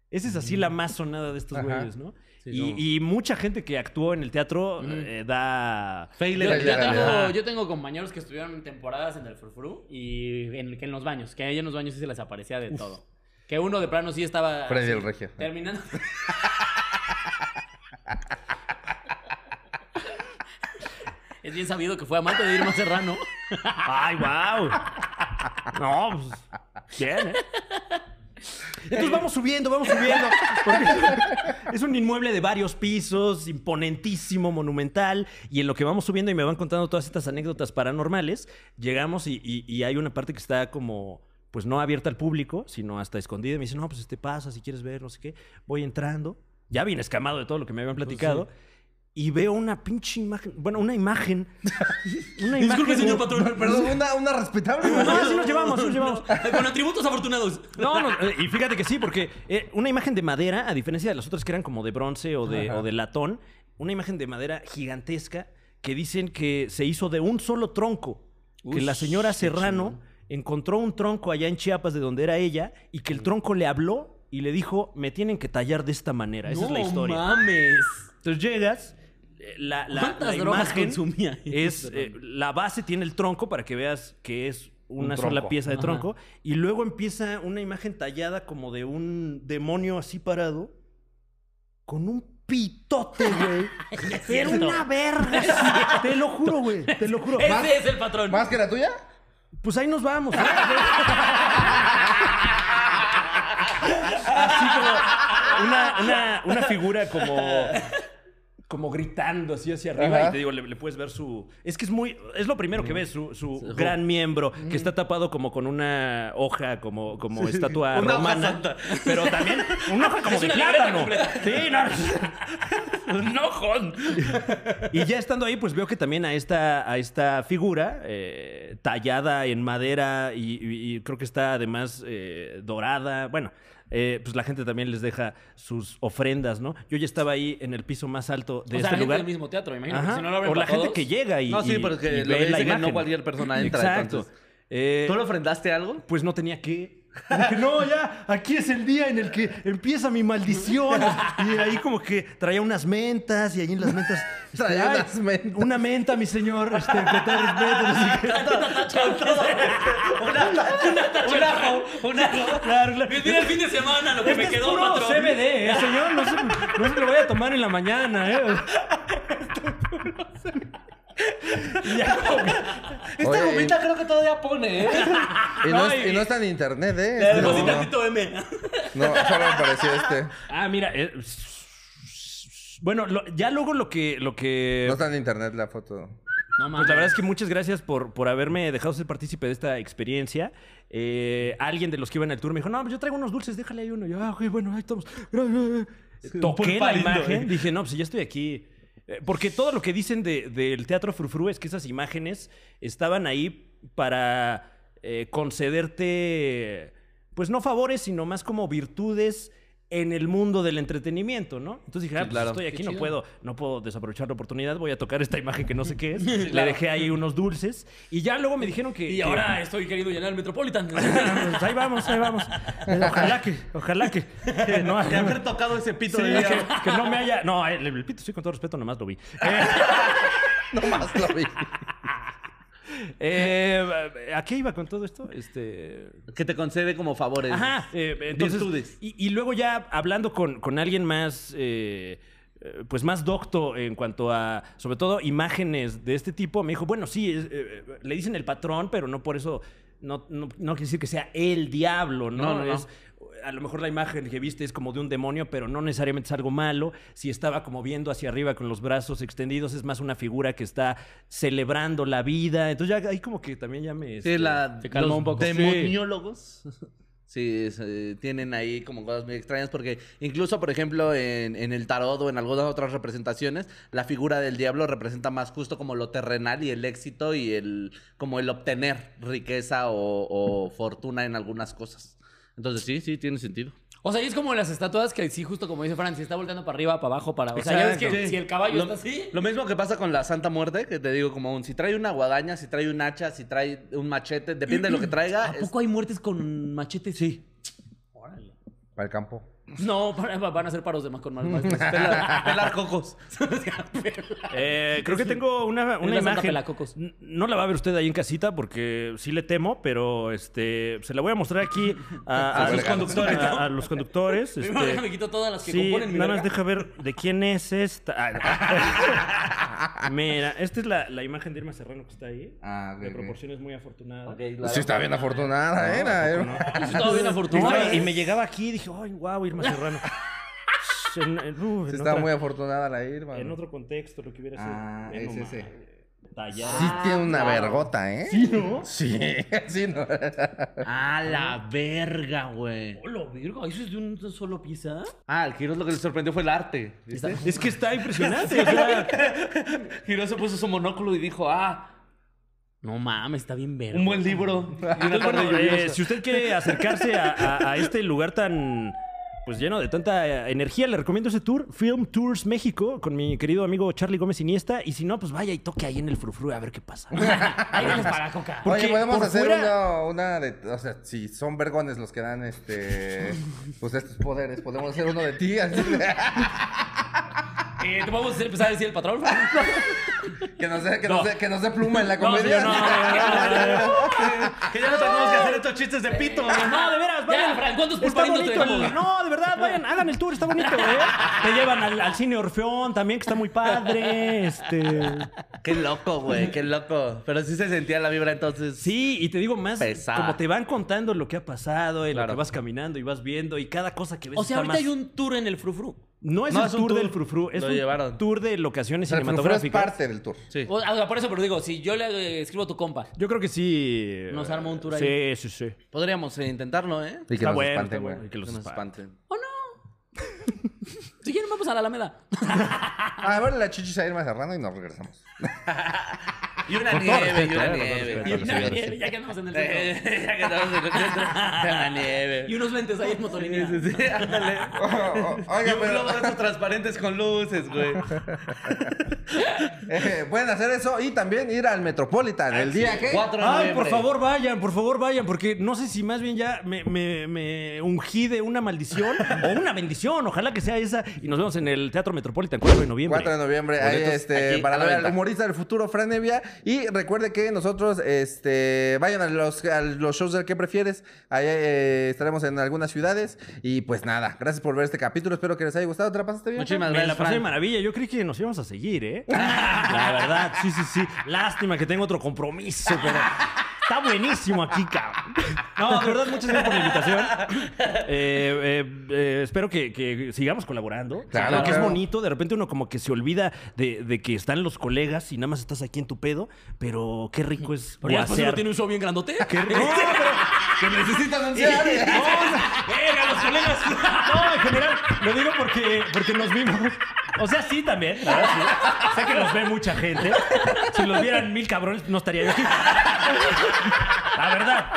D: Esa es así la más sonada de estos
B: Ajá.
D: güeyes, ¿no? y, y mucha gente que actuó en el teatro eh, da...
E: Fe y
C: Yo, yo
E: legalidad.
C: tengo, yo tengo compañeros que estuvieron temporadas en el Frufru y en, que en los baños, que a ella en los baños sí se les aparecía de todo. Que uno de plano Ah, sí estaba. así,
B: Freddy el Regio.
C: Terminando. es bien sabido que fue amante de Irma Serrano.
D: ¡Ay, wow! No, pues... Bien, ¿eh? Entonces vamos subiendo, vamos subiendo. porque es un inmueble de varios pisos, imponentísimo, monumental. Y en lo que vamos subiendo y me van contando todas estas anécdotas paranormales, llegamos y, y- y hay una parte que está como, pues no abierta al público, sino hasta escondida. Y me dicen, no, pues este pasa, si quieres ver, no sé qué. Voy entrando, ya bien escamado de todo lo que me habían platicado. Y veo una pinche imagen, bueno, una imagen. Una
C: Disculpe,
D: imagen-
C: señor patrón.
B: Perdón, una, una respetable. güey.
D: No, Ah, sí nos llevamos, sí nos llevamos.
C: Con atributos afortunados.
D: No, no, eh, y fíjate que sí, porque eh, una imagen de madera, a diferencia de las otras que eran como de bronce o de, o de latón, una imagen de madera gigantesca que dicen que se hizo de un solo tronco. que la señora Serrano encontró un tronco allá en Chiapas de donde era ella y que el tronco le habló y le dijo, me tienen que tallar de esta manera. Esa es la historia.
C: No mames.
D: Entonces llegas, eh, la, la-
C: ¿Cuántas
D: la
C: drogas
D: imagen
C: consumía?
D: es eh, la base tiene el tronco para que veas que es una sola
B: tronco.
D: pieza de tronco y luego empieza una imagen tallada como de un demonio así parado con un pitote, güey. Era
C: cierto.
D: una verga. te lo juro, güey. Te lo juro.
C: Ese
D: Va-
C: es el patrón.
B: ¿Más que la tuya?
D: Pues ahí nos vamos. ¿no? así como una, una- una figura como como gritando así hacia arriba
B: Ajá.
D: y te digo le, le puedes ver su es que es muy es lo primero que ves su, su gran miembro
C: Mm.
D: que está tapado como con una hoja como como estatua
E: Una hoja
D: romana
E: santa.
D: pero también una hoja como
C: Es
D: de
C: una libreta
D: plátano sí no
E: ¡No, Jon!
D: y ya estando ahí, pues veo que también a esta, a esta figura, eh, tallada en madera y, y- y creo que está además eh, dorada, bueno, eh, pues la gente también les deja sus ofrendas, ¿no? Yo ya estaba ahí en el piso más alto de
C: o sea,
D: este
C: la gente
D: lugar.
C: del mismo teatro, me imagino.
D: Ajá.
C: porque Si no lo abren
D: o la
C: para
D: gente
C: todos.
D: que llega y.
E: No, sí,
D: y-
E: porque
D: y
E: lo
D: ve
E: que
D: la
E: dice que no
D: imagen.
E: cualquier persona entra.
D: Exacto.
E: entonces.
D: Eh,
E: ¿Tú le ofrendaste algo?
D: pues no tenía que. Como que, no, ya, aquí es el día en el que empieza mi maldición. Y ahí como que traía unas mentas y ahí en las mentas... este,
B: Traía
D: "Ay,
B: unas mentas".
D: Una menta, mi señor, este, con todo respeto, no sé qué.
C: Un ajo, un ajo.
D: Claro, claro.
C: Mira el fin de semana lo que
D: Este
C: me
D: es
C: quedó,
D: puro
C: patrón.
D: CBD, eh, señor, no se, no se lo voy a tomar en la mañana, eh. Y ya como que-
E: Esta
B: Oye,
E: gomita creo que todavía pone, ¿eh?
C: Ah,
B: Y no,
D: No,
B: es-
D: y-
B: y no está en internet, ¿eh?
C: Le
B: Este,
C: deposité
B: no,
C: tantito M. Pues
B: no, solo apareció este.
D: Ah, mira, eh, bueno, lo- ya luego lo que, lo que
B: No está en internet la foto.
C: No mames.
D: Pues la verdad es que muchas gracias por, por haberme dejado ser partícipe de esta experiencia. Eh, alguien de los que iban al tour me dijo, no, pues yo traigo unos dulces, déjale ahí uno. Y yo, ah, güey, bueno, ahí estamos. Gracias. Toqué la
E: pulparindo,
D: imagen,
E: eh.
D: dije, no, pues ya estoy aquí. Eh, Porque todo lo que dicen de- del teatro Frufru es que esas imágenes estaban ahí para eh, concederte, pues no favores, sino más como virtudes en el mundo del entretenimiento, ¿no? Entonces dije, ah,
E: Sí,
D: pues
E: claro.
D: estoy aquí,
E: Qué
D: no
E: chido.
D: puedo, no puedo desaprovechar la oportunidad, voy a tocar esta imagen que no sé qué es. Le dejé ahí unos dulces y ya luego me dijeron que...
C: Y
D: que-
C: ahora estoy queriendo llenar el Metropolitan.
D: Pues ahí vamos, ahí vamos. Ojalá que, ojalá que, que no
E: De haber tocado ese pito
D: Sí,
E: de
D: que,
E: mierda.
D: que no me haya. No, eh, el, el pito sí, con todo respeto, nomás lo vi. Eh,
E: No más lo vi.
D: eh, ¿A qué iba con todo esto? Este.
E: Que te concede como favores.
D: Ajá. eh, entonces,
E: Virtudes.
D: y, y luego ya hablando con, con alguien más, eh, eh, pues más docto en cuanto a, sobre todo, imágenes de este tipo, me dijo, bueno, sí, es, eh, eh, le dicen el patrón, pero no por eso, no, no, no quiere decir que sea el diablo, ¿no?
E: No, no, no.
D: Es- a lo mejor la imagen que viste es como de un demonio, pero no necesariamente es algo malo. Si estaba como viendo hacia arriba con los brazos extendidos, es más una figura que está celebrando la vida. Entonces ya ahí como que también ya me...
E: Sí,
D: este,
E: la,
C: se calmó
E: los
C: un poco.
E: demoniólogos sí, es, eh, tienen ahí como cosas muy extrañas porque incluso, por ejemplo, en, en el tarot o en algunas otras representaciones, la figura del diablo representa más justo como lo terrenal y el éxito y el como el obtener riqueza o, o fortuna en algunas cosas. Entonces sí, sí, tiene sentido.
C: O sea, y es como las estatuas que sí, justo como dice Fran, si está volteando para arriba, para abajo, para... O sea, ya ves que
E: Exacto. Sí.
C: si el caballo
E: Lo-
C: está así...
E: Lo mismo que pasa con la Santa Muerte, que te digo como un, si trae una guadaña, si trae un hacha, si trae un machete, depende de lo que
C: ¿A
E: traiga. es-
C: poco hay muertes con machetes? Sí. Órale.
B: Para el campo.
C: No, para- van a ser paros de más con más machetes.
E: pelar, pelar cocos.
D: Eh, creo que tengo una, una
C: la Santa
D: imagen.
C: Pelacocos.
D: N- No la va a ver usted ahí en casita porque sí le temo, pero este se la voy a mostrar aquí a, a
B: Se
D: los
B: verga.
D: conductores. A, a los conductores.
C: Primero
D: este,
C: déjame quito todas las que
D: sí,
C: componen mi
D: nada más
C: verga.
D: deja ver de quién es esta. Ah, no. Mira, esta es la, la imagen de Irma Serrano que está ahí.
B: Ah,
D: de
B: ok, ok.
D: proporciones muy afortunadas.
B: Sí, está bien afortunada, eh, era. era.
C: Estaba bien
D: No,
C: afortunado.
D: y, y me llegaba aquí y dije, ay, wow, Irma Serrano. En- en- uh, en
B: Sí, está
D: otra-
B: muy afortunada la Irma.
D: en
B: güey.
D: otro contexto, lo que hubiera sido.
B: Ah,
D: Ve
B: es
D: nomás.
B: ese.
D: Tallada.
B: Sí tiene una
D: Ah.
B: vergota, ¿eh? Sí, ¿no? Sí, sí, no.
E: A la verga, güey.
C: Hola, ¡Oh, verga, ¿eso es de una solo pieza?
E: Ah, el Giros lo que le sorprendió fue el arte.
C: Está-
D: Es que está impresionante. o sea,
E: Giros se puso su monóculo y dijo, ah,
C: No mames, está bien verga.
E: un buen libro. Y una
D: bueno,
E: tarde
D: eh,
E: lluviosa.
D: si usted quiere acercarse a, a- a este lugar tan pues lleno de tanta eh, energía, le recomiendo ese tour, Film Tours México, con mi querido amigo Charlie Gómez Iniesta. Y si no, pues vaya y toque ahí en el frufru a ver qué pasa.
C: Ahí vienes para la coca.
D: Porque
B: Oye, podemos
D: por
B: hacer
D: fuera-
B: una, una de. O sea, si son vergones los que dan este. Pues estos poderes, podemos hacer uno de ti. así de-
C: Eh, ¿Te vamos a hacer empezar a decir el patrón?
B: que, nos dé, que,
D: No.
B: nos dé, que nos dé pluma en la
D: No,
B: comedia.
D: señor, no, no, no, no, no.
E: Que ya no tenemos que hacer estos chistes de pito.
D: No, de veras, vayan.
C: Fran, ¿cuántos
D: Está
C: pulparitos
D: bonito
C: te
D: el- No, de verdad, vayan, hagan el tour, está bonito, ¿eh? Te llevan al, al cine Orfeón también, que está muy padre. Este.
E: Qué loco, güey, qué loco. Pero sí se sentía la vibra entonces.
D: Sí, y te digo más,
E: Pesada.
D: como te van contando lo que ha pasado, y lo
E: Claro.
D: que vas caminando y vas viendo y cada cosa que ves.
C: O sea,
D: está
C: ahorita
D: más-
C: hay un tour en el frufru.
D: No es
E: No,
D: el
E: es un
D: tour,
E: tour.
D: del frufru, es
E: Lo
D: un
E: llevaron.
D: tour de locaciones
B: O sea, el frufru es
D: cinematográficas.
B: parte del tour.
E: Sí.
C: O, ah, por eso, pero digo, si yo le eh, escribo a tu compa,
D: Yo creo que sí. eh,
C: Nos arma un tour
D: sí,
C: ahí.
D: Sí, sí, sí.
E: Podríamos eh, intentarlo, ¿eh?
B: Y que
D: Está
B: nos
D: bueno,
B: espanten,
D: está
B: güey.
D: bueno. Y que los
E: Que nos
D: espanten.
E: espanten.
C: si quieren vamos a la Alameda.
B: A ver Ah, la chichis a Irma Serrano y nos regresamos.
E: Y una
D: Con todo
E: nieve, y
D: respeto,
E: una
D: eh, con todo
E: nieve.
D: respeto.
E: Y
C: Y
E: una-
C: una nieve, ya que andamos en el
E: Eh,
C: centro.
E: ya que estamos en el centro, una nieve.
C: Y unos lentes ahí en motolinía.
E: Sí, sí, ándale. Y
B: Oh, Oiga,
E: un
B: pero.
E: globo de esos transparentes con luces, güey.
B: eh, pueden hacer eso y también ir al Metropolitan el día que.
E: 4 de
D: Ay, por
E: noviembre.
D: favor, vayan, por favor, vayan, porque no sé si más bien ya me, me- me ungí de una maldición o una bendición. Ojalá que sea esa. Y nos vemos en el Teatro Metropolitan 4 de noviembre.
B: 4 de noviembre, ahí,
E: Boletos
B: este,
E: aquí
B: para
E: a la
B: ver al
E: venta.
B: humorista del futuro, Fran Evia. Y recuerde que nosotros, este, vayan a los, a los shows del que prefieres. Ahí eh, estaremos en algunas ciudades. Y pues nada, gracias por ver este capítulo. Espero que les haya gustado. ¿Te la pasaste bien?
E: Muchísimas
D: Me la
E: gracias,
D: pasé de
E: Fran.
D: maravilla. Yo creí que nos íbamos a seguir, ¿eh? La verdad, sí, sí, sí. Lástima que tengo otro compromiso, pero está buenísimo aquí, cabrón. No, de verdad, muchas gracias por la invitación. Eh, eh, eh, espero que, que sigamos colaborando.
B: Claro,
D: Porque es
B: claro.
D: bonito. De repente uno como que se olvida de, de que están los colegas y nada más estás aquí en tu pedo, pero qué rico es
C: Pero ya después uno
D: guasear.
C: tiene un show bien grandote.
D: Qué rico. No,
B: Que necesitan anunciar.
D: Verga, los colegas. No, en general, lo digo porque, porque nos vimos. O sea, sí también, la verdad, sí. Sé que nos ve mucha gente. Si los vieran mil cabrones, no estaría yo aquí. La verdad.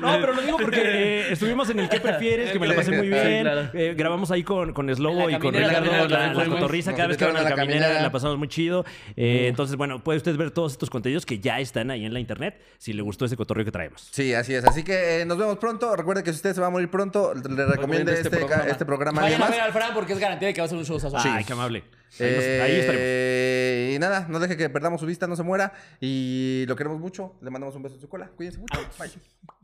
D: No, pero lo digo porque eh, estuvimos en el ¿Qué prefieres? Que me la pasé muy bien.
E: Sí, claro.
D: Eh, grabamos ahí con, con Slobo
C: En la
D: y con
C: caminera,
D: Ricardo
E: la caminera,
D: la,
E: la
D: la
E: fuimos.
D: cotorriza.
B: Nos
D: Cada vez que van a la
B: invitaron a la
D: caminera,
B: caminera.
D: la pasamos muy chido. Eh, Entonces, bueno, puede usted ver todos estos contenidos que ya están ahí en la internet si le gustó ese cotorreo que traemos.
B: Sí, así es. Así que eh, nos vemos pronto. Recuerde que si usted se va a morir pronto, le recomiendo
E: este
B: este, ca- este programa.
E: programa.
B: a alguien
C: Vayan a ver
B: más.
C: al Fran porque es garantía de que va a ser un show sazo.
D: Ay, qué amable. Ahí, nos-
B: Eh,
D: ahí estaremos.
B: Y nada, no deje que perdamos su vista, no se muera. Y lo queremos mucho. Le mandamos un beso en su cola. Cuídense mucho. Bye.